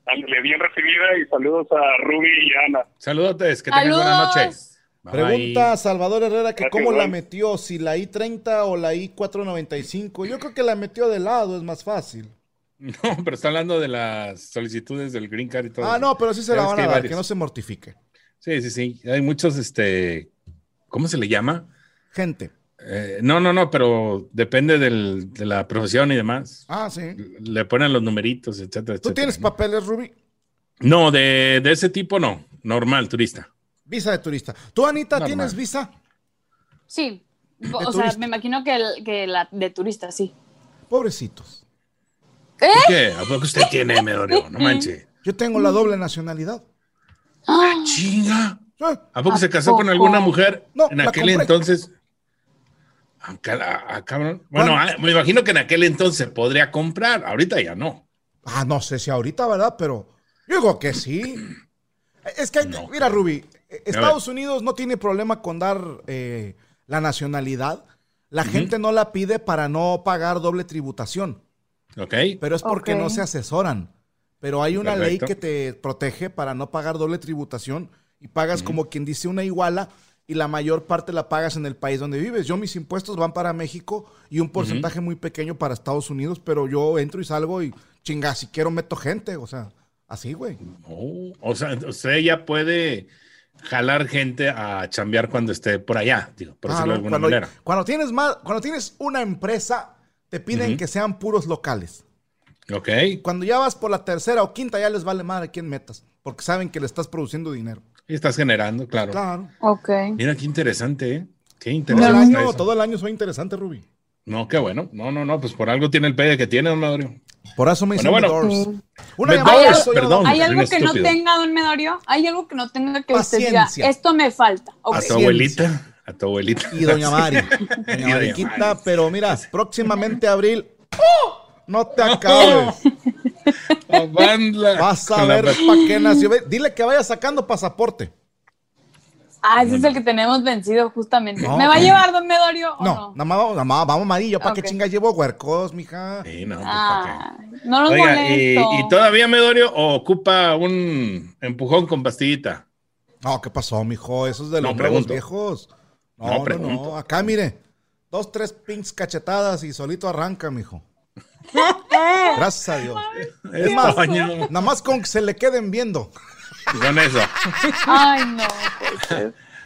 Speaker 6: Ándale, bien recibida y saludos a Ruby y Ana.
Speaker 2: Saludotes, que tengas buena
Speaker 3: ¡Saludos!
Speaker 2: noche. Bye.
Speaker 1: Pregunta a Salvador Herrera que
Speaker 6: Gracias,
Speaker 1: cómo la
Speaker 6: Juan.
Speaker 1: metió, si la I-30 o la I-495. Yo creo que la metió de lado, es más fácil.
Speaker 2: No, pero está hablando de las solicitudes del Green Card y todo
Speaker 1: Ah,
Speaker 2: eso.
Speaker 1: no, pero sí se
Speaker 2: Ya
Speaker 1: la
Speaker 2: ves
Speaker 1: van
Speaker 2: que
Speaker 1: a
Speaker 2: hay
Speaker 1: dar,
Speaker 2: varios.
Speaker 1: que no se mortifique.
Speaker 2: Sí, sí, sí. Hay muchos, este, ¿cómo se le llama?
Speaker 1: Gente.
Speaker 2: Eh, no, no, no, pero depende del- de la profesión y demás.
Speaker 1: Ah, sí.
Speaker 2: Le ponen los numeritos, etcétera,
Speaker 1: ¿Tú
Speaker 2: etcétera,
Speaker 1: tienes
Speaker 2: ¿no?
Speaker 1: papeles, Ruby?
Speaker 2: No, de, de ese tipo no. Normal, turista.
Speaker 1: Visa de turista. ¿Tú, Anita,
Speaker 2: Normal.
Speaker 1: tienes visa?
Speaker 3: Sí, o sea,
Speaker 1: turista.
Speaker 3: me imagino que, el- que la de turista, sí.
Speaker 1: Pobrecitos.
Speaker 2: ¿Y ¿Qué? ¿A poco usted tiene, Medorio? No manche.
Speaker 1: Yo tengo la doble nacionalidad.
Speaker 3: Mm. ¡Ah!
Speaker 2: ¡Chinga!
Speaker 1: Eh,
Speaker 2: ¿A poco
Speaker 3: ¿A
Speaker 2: se casó con
Speaker 3: poco?
Speaker 2: alguna mujer
Speaker 1: No,
Speaker 2: en
Speaker 1: la
Speaker 2: aquel
Speaker 1: compré.
Speaker 2: entonces? Ah, ca- ah, cabrón. Bueno,
Speaker 1: ¿Cuándo?
Speaker 2: ah, me imagino que en aquel entonces podría comprar. Ahorita ya no.
Speaker 1: Ah, no sé si ahorita, ¿verdad? Pero yo digo que sí. Es que, hay-
Speaker 2: No.
Speaker 1: mira, Ruby, eh, Estados Unidos no tiene problema con dar eh, la nacionalidad. La gente no la pide para no pagar doble tributación,
Speaker 2: ¿Ok?
Speaker 1: pero es porque
Speaker 5: Ok.
Speaker 1: no se asesoran. Pero hay una ley
Speaker 2: Perfecto.
Speaker 1: que te protege para no pagar doble tributación y pagas como quien dice una iguala y la mayor parte la pagas en el país donde vives. Yo mis impuestos van para México y un porcentaje muy pequeño para Estados Unidos, pero yo entro y salgo y chinga, si quiero meto gente, o sea, así, güey.
Speaker 2: Oh, o sea, usted ya puede jalar gente a chambear cuando esté por allá, digo, por
Speaker 1: Claro,
Speaker 2: decirlo de alguna
Speaker 1: ah, cuando,
Speaker 2: manera.
Speaker 1: cuando tienes más, cuando tienes una empresa, te piden
Speaker 2: Ujú.
Speaker 1: que sean puros locales.
Speaker 2: ¿Ok?
Speaker 1: Cuando ya vas por la tercera o quinta, ya les vale madre quién metas, porque saben que le estás produciendo dinero.
Speaker 2: Y estás generando, claro.
Speaker 1: Claro.
Speaker 3: Ok.
Speaker 2: Mira qué interesante, ¿eh? Qué
Speaker 1: Todo el
Speaker 2: interesante. está
Speaker 1: año,
Speaker 2: eso.
Speaker 1: todo el año soy interesante, Ruby.
Speaker 2: No, qué bueno. No, no, no, pues por algo tiene el pegue que tiene, don Madurio.
Speaker 1: Por eso me dicen
Speaker 2: Bueno,
Speaker 1: The
Speaker 2: bueno.
Speaker 1: Doors. Una
Speaker 2: The
Speaker 1: llamada,
Speaker 3: Doors,
Speaker 1: soy
Speaker 2: perdón.
Speaker 3: ¿Hay
Speaker 2: Hombre,
Speaker 3: algo
Speaker 2: eres
Speaker 3: que no
Speaker 2: estúpido.
Speaker 3: tenga, don Medorio? ¿Hay algo que no tenga que usted diga,
Speaker 1: Paciencia.
Speaker 3: esto me falta.
Speaker 2: A
Speaker 3: Ok.
Speaker 2: tu
Speaker 1: Paciencia.
Speaker 2: abuelita, a tu abuelita.
Speaker 1: Y Doña Mari.
Speaker 2: Doña
Speaker 1: Doña Mariquita,
Speaker 2: Mari.
Speaker 1: pero mira, próximamente abril. ¡oh! No te acabes.
Speaker 2: Abandla.
Speaker 1: Vas a
Speaker 2: Con la
Speaker 1: ver
Speaker 2: pa-
Speaker 1: para qué nació. Ve, Dile que vaya sacando pasaporte.
Speaker 3: Ah, ese es el que tenemos vencido justamente.
Speaker 1: No,
Speaker 3: ¿Me va a
Speaker 1: no.
Speaker 3: llevar, don Medorio? o
Speaker 1: No, nada más vamos, nada más vamos, Marillo. ¿Para
Speaker 3: Ok.
Speaker 1: qué chingas llevo huercos, mija?
Speaker 2: Sí, no, pues, ¿pa'
Speaker 3: Ah, no nos
Speaker 2: qué? Oiga, y,
Speaker 3: molesto.
Speaker 2: y todavía Medorio ocupa un empujón con pastillita.
Speaker 1: No, ¿qué pasó, mijo? Eso es de
Speaker 2: No,
Speaker 1: los nuevos
Speaker 2: pregunto.
Speaker 1: viejos.
Speaker 2: No,
Speaker 1: No, no, no,
Speaker 2: pregunto.
Speaker 1: Acá, mire. Dos, tres pinks cachetadas y solito arranca, mijo. Gracias a Dios. Es más,
Speaker 2: Toño.
Speaker 1: nada más con que se le queden viendo.
Speaker 2: Con eso.
Speaker 3: Ay, no.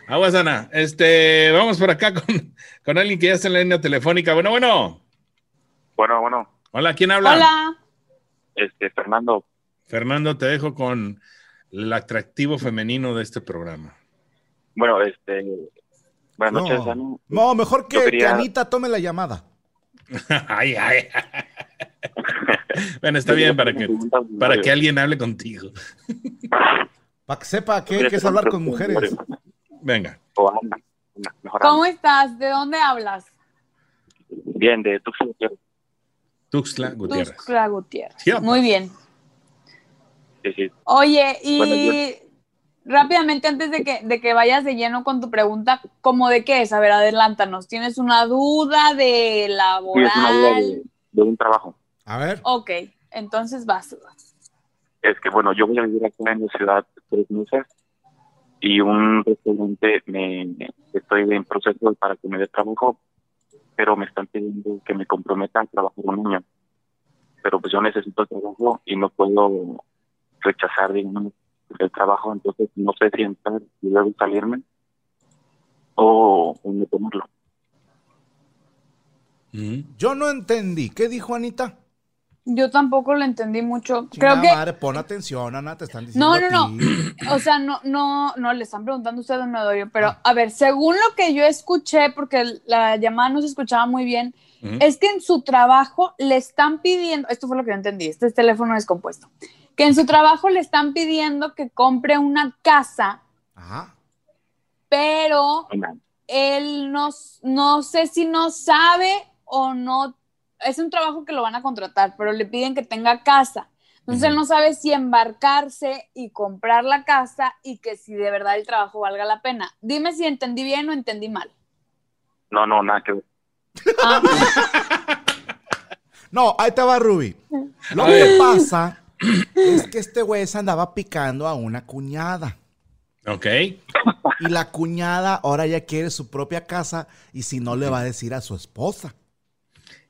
Speaker 2: Aguas, Ana. Este, vamos por acá con, con alguien que ya está en la línea telefónica. Bueno, bueno.
Speaker 6: Bueno, bueno,
Speaker 2: Hola, ¿quién habla?
Speaker 3: Hola.
Speaker 6: este, Fernando,
Speaker 2: Fernando, te dejo con el atractivo femenino de este programa.
Speaker 6: bueno, este, buenas
Speaker 2: Oh.
Speaker 1: No.
Speaker 6: noches, Anu.
Speaker 1: No, mejor que,
Speaker 6: Yo quería-
Speaker 1: que Anita tome la llamada.
Speaker 2: ay, ay. bueno, está bien para que, para que alguien hable contigo.
Speaker 1: Para que sepa qué, qué es hablar con mujeres.
Speaker 2: Venga.
Speaker 6: O Ana, Ana, mejor Ana.
Speaker 3: ¿Cómo estás? ¿De dónde hablas?
Speaker 6: Bien, de tu
Speaker 2: Tuxtla Gutiérrez.
Speaker 3: Tuxtla Gutiérrez.
Speaker 2: Sí,
Speaker 3: Muy bien.
Speaker 6: Sí, sí.
Speaker 3: Oye, y
Speaker 6: Bueno,
Speaker 3: rápidamente antes de que, de que vayas de lleno con tu pregunta, ¿cómo de qué es? A ver, adelántanos. ¿Tienes una duda de
Speaker 6: Sí,
Speaker 3: laboral?
Speaker 6: es una duda de, de un trabajo.
Speaker 1: A ver.
Speaker 3: Ok, entonces vas.
Speaker 6: Es que, bueno, yo voy a vivir acá en la ciudad tres meses y un restaurante me estoy en proceso para que me dé trabajo, pero me están pidiendo que me comprometa a trabajar un año. Pero pues yo necesito trabajo y no puedo rechazar, digamos, el trabajo, entonces no sé si entrar y luego salirme o, o no tomarlo.
Speaker 2: Ujú.
Speaker 1: Yo no entendí. ¿Qué dijo Anita?
Speaker 3: Yo tampoco lo entendí mucho.
Speaker 1: Chingada
Speaker 3: Creo que,
Speaker 1: madre, pon atención, Ana, te están diciendo.
Speaker 3: No,
Speaker 1: a
Speaker 3: no, no.
Speaker 1: ti.
Speaker 3: o sea, no, no, no, le están preguntando a usted, don Medorio,
Speaker 1: Ah.
Speaker 3: pero a ver, según lo que yo escuché, porque la llamada no se escuchaba muy bien,
Speaker 2: Ujú.
Speaker 3: es que en su trabajo le están pidiendo, esto fue lo que yo entendí, este teléfono descompuesto, que en su trabajo le están pidiendo que compre una casa,
Speaker 1: Ajá.
Speaker 3: pero
Speaker 6: Ana,
Speaker 3: él no, s- no sé si no sabe o no, es un trabajo que lo van a contratar, pero le piden que tenga casa. Entonces él
Speaker 2: Ujú.
Speaker 3: no sabe si embarcarse y comprar la casa y que si de verdad el trabajo valga la pena. Dime si entendí bien o entendí mal.
Speaker 6: No, no, nada que ver.
Speaker 3: Ah,
Speaker 1: No, ahí te va Ruby. Lo
Speaker 2: A
Speaker 1: que
Speaker 2: ver.
Speaker 1: pasa es que este güey se andaba picando a una cuñada.
Speaker 2: Ok.
Speaker 1: Y la cuñada ahora ya quiere su propia casa y si no le va a decir a su esposa.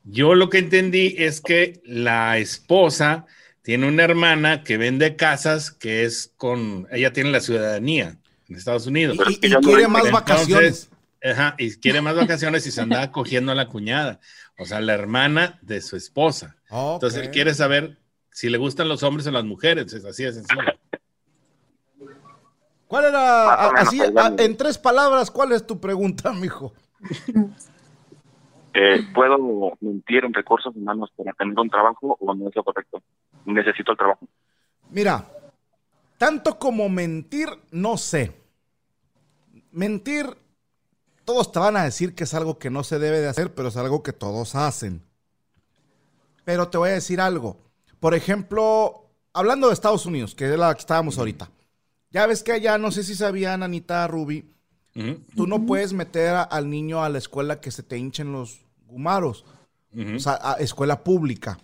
Speaker 2: Yo lo que entendí es que la esposa tiene una hermana que vende casas que es con. Ella tiene la ciudadanía en Estados Unidos.
Speaker 1: Y,
Speaker 6: Pero
Speaker 1: y-
Speaker 6: es que
Speaker 1: y
Speaker 6: ya no
Speaker 1: quiere
Speaker 6: hay-
Speaker 1: más
Speaker 2: entonces-
Speaker 1: vacaciones.
Speaker 2: Ajá, y quiere más vacaciones y se andaba cogiendo a la cuñada, o sea, la hermana de su esposa.
Speaker 1: Ok.
Speaker 2: Entonces él quiere saber si le gustan los hombres o las mujeres, es así de sencillo.
Speaker 1: ¿Cuál era,
Speaker 6: Más o
Speaker 1: a-
Speaker 6: menos, pues,
Speaker 1: así,
Speaker 6: ahí
Speaker 1: a-
Speaker 6: vamos.
Speaker 1: en tres palabras, cuál es tu pregunta, mijo?
Speaker 6: Eh, ¿Puedo mentir en recursos humanos para tener un trabajo o no es lo correcto? Necesito el trabajo.
Speaker 1: Mira, tanto como mentir, no sé. Mentir, todos te van a decir que es algo que no se debe de hacer, pero es algo que todos hacen. Pero te voy a decir algo. Por ejemplo, hablando de Estados Unidos, que es la que estábamos ahorita. Ya ves que allá, no sé si sabían, Anita Ruby,
Speaker 2: Ujú,
Speaker 1: tú no puedes meter a- al niño a la escuela que se te hinchen los gumaros,
Speaker 2: ujú.
Speaker 1: o sea, a escuela pública.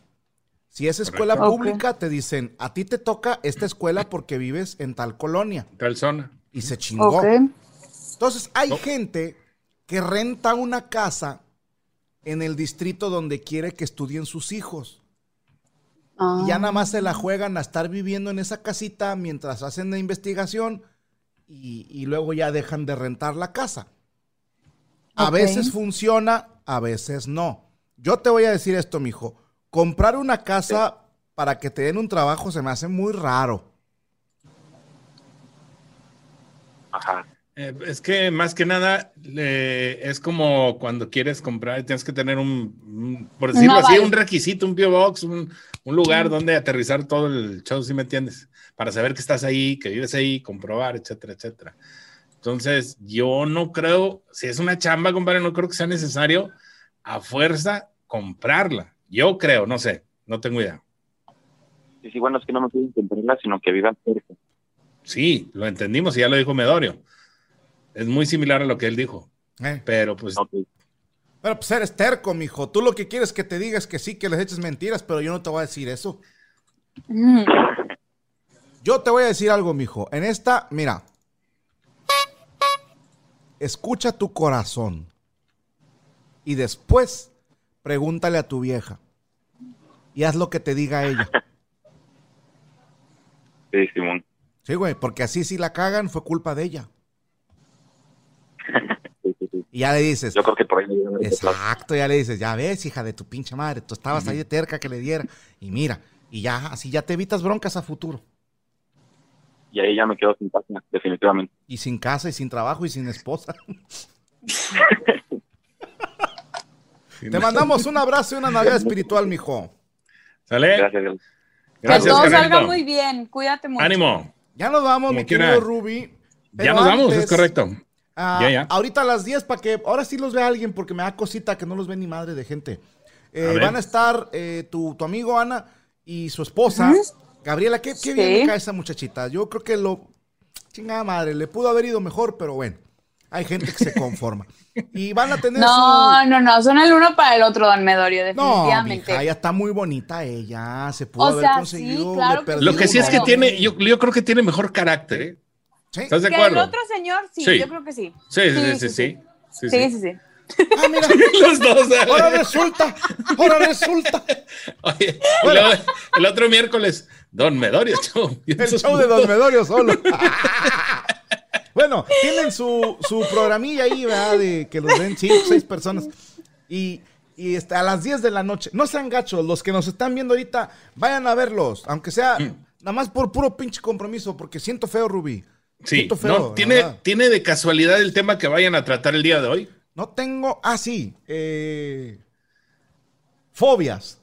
Speaker 1: Si es escuela
Speaker 2: Correcto.
Speaker 1: pública, te dicen, a ti te toca esta escuela porque vives en tal colonia.
Speaker 2: Tal zona.
Speaker 1: Y se chingó.
Speaker 3: Ok.
Speaker 1: Entonces, hay
Speaker 2: No.
Speaker 1: gente que renta una casa en el distrito donde quiere que estudien sus hijos.
Speaker 3: Ah.
Speaker 1: Y ya nada más se la juegan a estar viviendo en esa casita mientras hacen la investigación y, y luego ya dejan de rentar la casa. A
Speaker 3: Ok.
Speaker 1: veces funciona, a veces no. Yo te voy a decir esto, mijo. Comprar una casa para que te den un trabajo se me hace muy raro.
Speaker 6: Ajá.
Speaker 2: Eh, es que más que nada le- es como cuando quieres comprar, tienes que tener un, un- por decirlo
Speaker 3: Un
Speaker 2: así,
Speaker 3: aval.
Speaker 2: un requisito, un PO Box, un, un lugar donde aterrizar todo el show, si me entiendes? Para saber que estás ahí, que vives ahí, comprobar, etcétera, etcétera. Entonces, yo no creo, si es una chamba, compadre, no creo que sea necesario a fuerza comprarla. Yo creo, no sé, no tengo idea.
Speaker 6: Y sí, bueno, es que no me piden comprarla, sino que vivan cerca.
Speaker 2: Sí, lo entendimos y ya lo dijo Medorio. Es muy similar a lo que él dijo,
Speaker 1: ¿eh?
Speaker 2: pero pues
Speaker 6: Ok.
Speaker 1: Pero pues eres terco, mijo. Tú lo que quieres que te diga es que sí, que les eches mentiras, pero yo no te voy a decir eso.
Speaker 3: Mm.
Speaker 1: Yo te voy a decir algo, mijo. En esta, mira. Escucha tu corazón. Y después, pregúntale a tu vieja. Y haz lo que te diga ella.
Speaker 6: Sí, Simón.
Speaker 1: Sí, güey, porque así si la cagan fue culpa de ella.
Speaker 6: Sí, sí, sí.
Speaker 1: Y ya le dices,
Speaker 6: Yo creo que por ahí me dieron el plazo.
Speaker 1: exacto, ya le dices, ya ves, hija de tu pinche madre, tú estabas ahí de terca que le diera. Y mira, y ya, así ya te evitas broncas a futuro.
Speaker 6: Y ahí ya me quedo sin página, definitivamente.
Speaker 1: Y sin casa, y sin trabajo, y sin esposa. Te mandamos un abrazo y una Navidad espiritual, mijo.
Speaker 2: ¿Sale?
Speaker 6: Gracias, gracias.
Speaker 3: que
Speaker 2: Gracias,
Speaker 3: todo salga
Speaker 2: carnalito.
Speaker 3: muy bien. Cuídate mucho.
Speaker 2: Ánimo.
Speaker 1: Ya nos vamos,
Speaker 2: Como
Speaker 1: mi
Speaker 2: quiera.
Speaker 1: querido Ruby.
Speaker 2: ya
Speaker 1: Pero
Speaker 2: nos vamos,
Speaker 1: antes,
Speaker 2: es correcto.
Speaker 1: ah,
Speaker 2: Ya, ya.
Speaker 1: Ahorita a las 10 para que ahora sí los vea alguien porque me da cosita que no los ve ni madre de gente. Eh,
Speaker 2: A ver.
Speaker 1: van a estar eh, tu, tu amigo Ana y su esposa. Gabriela, qué, qué
Speaker 3: Sí.
Speaker 1: bien me cae esa muchachita. Yo creo que lo... Chingada madre, le pudo haber ido mejor, pero bueno. Hay gente que se conforma. y van a tener su...
Speaker 3: No, no, no. Son el uno para el otro, don Medorio,
Speaker 1: No,
Speaker 3: definitivamente.
Speaker 1: mija, ella está muy bonita ella, se pudo
Speaker 3: O
Speaker 1: haber
Speaker 3: sea, sí,
Speaker 1: conseguido.
Speaker 3: claro
Speaker 1: de
Speaker 3: que sí,
Speaker 1: perdido
Speaker 2: Lo que sí es que
Speaker 3: Pero-
Speaker 1: uno.
Speaker 2: tiene, yo, yo creo que tiene mejor carácter. ¿eh?
Speaker 1: Sí.
Speaker 2: ¿Estás de
Speaker 3: que el
Speaker 2: acuerdo?
Speaker 3: otro señor, sí,
Speaker 2: Sí.
Speaker 3: yo creo que sí.
Speaker 2: Sí, sí, sí, sí.
Speaker 3: Sí,
Speaker 2: sí,
Speaker 3: sí,
Speaker 2: sí.
Speaker 3: sí.
Speaker 1: Ah, mira,
Speaker 2: Los dos. dale.
Speaker 1: ahora resulta, ahora resulta.
Speaker 2: Oye, y luego, el otro miércoles, Don Medorio. show. Y
Speaker 1: El
Speaker 2: esos
Speaker 1: show de Don
Speaker 2: putos-
Speaker 1: Medorio solo. bueno, tienen su, su programilla ahí, ¿verdad? De que los ven cinco, seis personas. Y, y este, a las 10 de la noche. No sean gachos, los que nos están viendo ahorita, vayan a verlos. Aunque sea
Speaker 2: Mm.
Speaker 1: nada más por puro pinche compromiso, porque siento feo, Rubí.
Speaker 2: Sí,
Speaker 1: Siento feo,
Speaker 2: no,
Speaker 1: la
Speaker 2: tiene,
Speaker 1: verdad.
Speaker 2: tiene de casualidad el tema que vayan a tratar el día de hoy.
Speaker 1: No tengo. Ah, sí. eh, fobias.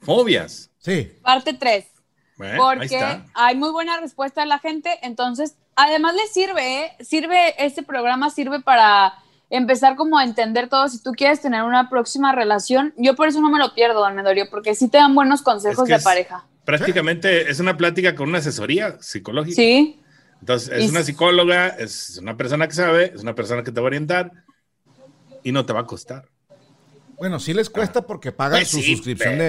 Speaker 2: Fobias.
Speaker 1: Sí.
Speaker 3: Parte 3.
Speaker 2: ¿eh? Ahí
Speaker 3: porque
Speaker 2: está.
Speaker 3: hay muy buena respuesta de la gente. Entonces, además les sirve, ¿eh? sirve este programa sirve para empezar como a entender todo. Si tú quieres tener una próxima relación, yo por eso no me lo pierdo, don Medorio, porque sí te dan buenos consejos
Speaker 2: Es que
Speaker 3: de
Speaker 2: es-
Speaker 3: pareja.
Speaker 2: Prácticamente es una plática con una asesoría psicológica.
Speaker 3: Sí,
Speaker 2: Entonces, es
Speaker 3: Y-
Speaker 2: una psicóloga, es una persona que sabe, es una persona que te va a orientar y no te va a costar.
Speaker 1: Bueno, sí les cuesta porque pagan
Speaker 2: Pues
Speaker 1: su
Speaker 2: sí,
Speaker 1: suscripción
Speaker 2: pe-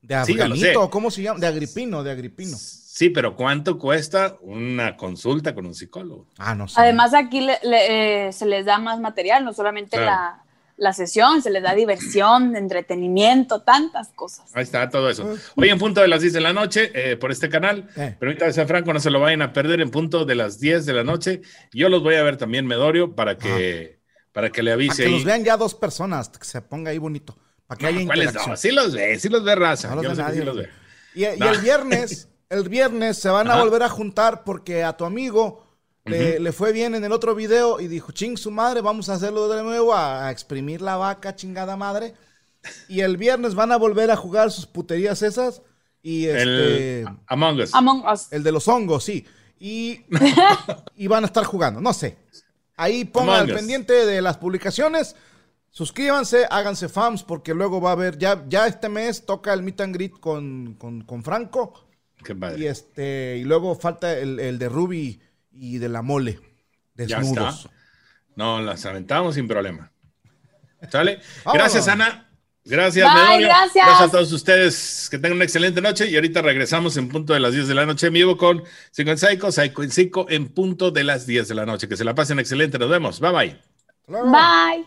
Speaker 1: de, de
Speaker 2: Sí, yo lo sé.
Speaker 1: Afganito, ¿cómo se llama? De Agripino, de Agripino.
Speaker 2: Sí, pero ¿cuánto cuesta una consulta con un psicólogo?
Speaker 1: Ah, no sé.
Speaker 3: además aquí le- le- eh, se les da más material, no solamente
Speaker 2: Claro.
Speaker 3: la, la sesión, se les da diversión, entretenimiento, tantas cosas.
Speaker 2: Ahí está todo eso. Hoy en punto de las 10 de la noche eh, por este canal.
Speaker 1: Eh.
Speaker 2: Permítanse a Franco, no se lo vayan a perder en punto de las 10 de la noche. Yo los voy a ver también, Medorio, para que, para que le
Speaker 1: Ah. Para
Speaker 2: avise.
Speaker 1: que
Speaker 2: ahí.
Speaker 1: los vean ya dos personas, que se ponga ahí bonito. Para que haya
Speaker 2: ¿Cuáles
Speaker 1: interacción.
Speaker 2: dos? Sí los ve, sí los ve raza.
Speaker 1: No los
Speaker 2: Yo
Speaker 1: ve
Speaker 2: sé que sí
Speaker 1: nadie.
Speaker 2: los ve.
Speaker 1: Y, y
Speaker 2: No.
Speaker 1: el viernes, el viernes se van a
Speaker 2: Ajá.
Speaker 1: volver a juntar porque a tu amigo le, le fue bien en el otro video y dijo, ching su madre, vamos a hacerlo de nuevo, a, a exprimir la vaca, chingada madre. Y el viernes van a volver a jugar sus puterías esas y este...
Speaker 2: El Among Us.
Speaker 3: Among Us.
Speaker 1: El de los hongos, sí. Y, y van a estar jugando, no sé. Ahí pongan
Speaker 2: Among
Speaker 1: al
Speaker 2: Us.
Speaker 1: pendiente de las publicaciones. Suscríbanse, háganse fans, porque luego va a haber, ya, ya este mes toca el meet and greet con, con- con Franco.
Speaker 2: Qué padre.
Speaker 1: Y este, y luego falta el, el de Ruby y de la mole.
Speaker 2: Ya
Speaker 1: Desnudos.
Speaker 2: está. No, las aventamos sin problema. ¿Sale?
Speaker 1: Vámonos.
Speaker 2: Gracias, Ana. Gracias,
Speaker 3: Bye,
Speaker 2: Medorio.
Speaker 3: gracias.
Speaker 2: a todos ustedes. Que tengan una excelente noche. Y ahorita regresamos en punto de las 10 de la noche en vivo con Cinco en Psycho, Psycho en Cinco en punto de las 10 de la noche. Que se la pasen excelente. Nos vemos. Bye bye.
Speaker 1: Hasta luego.
Speaker 3: Bye.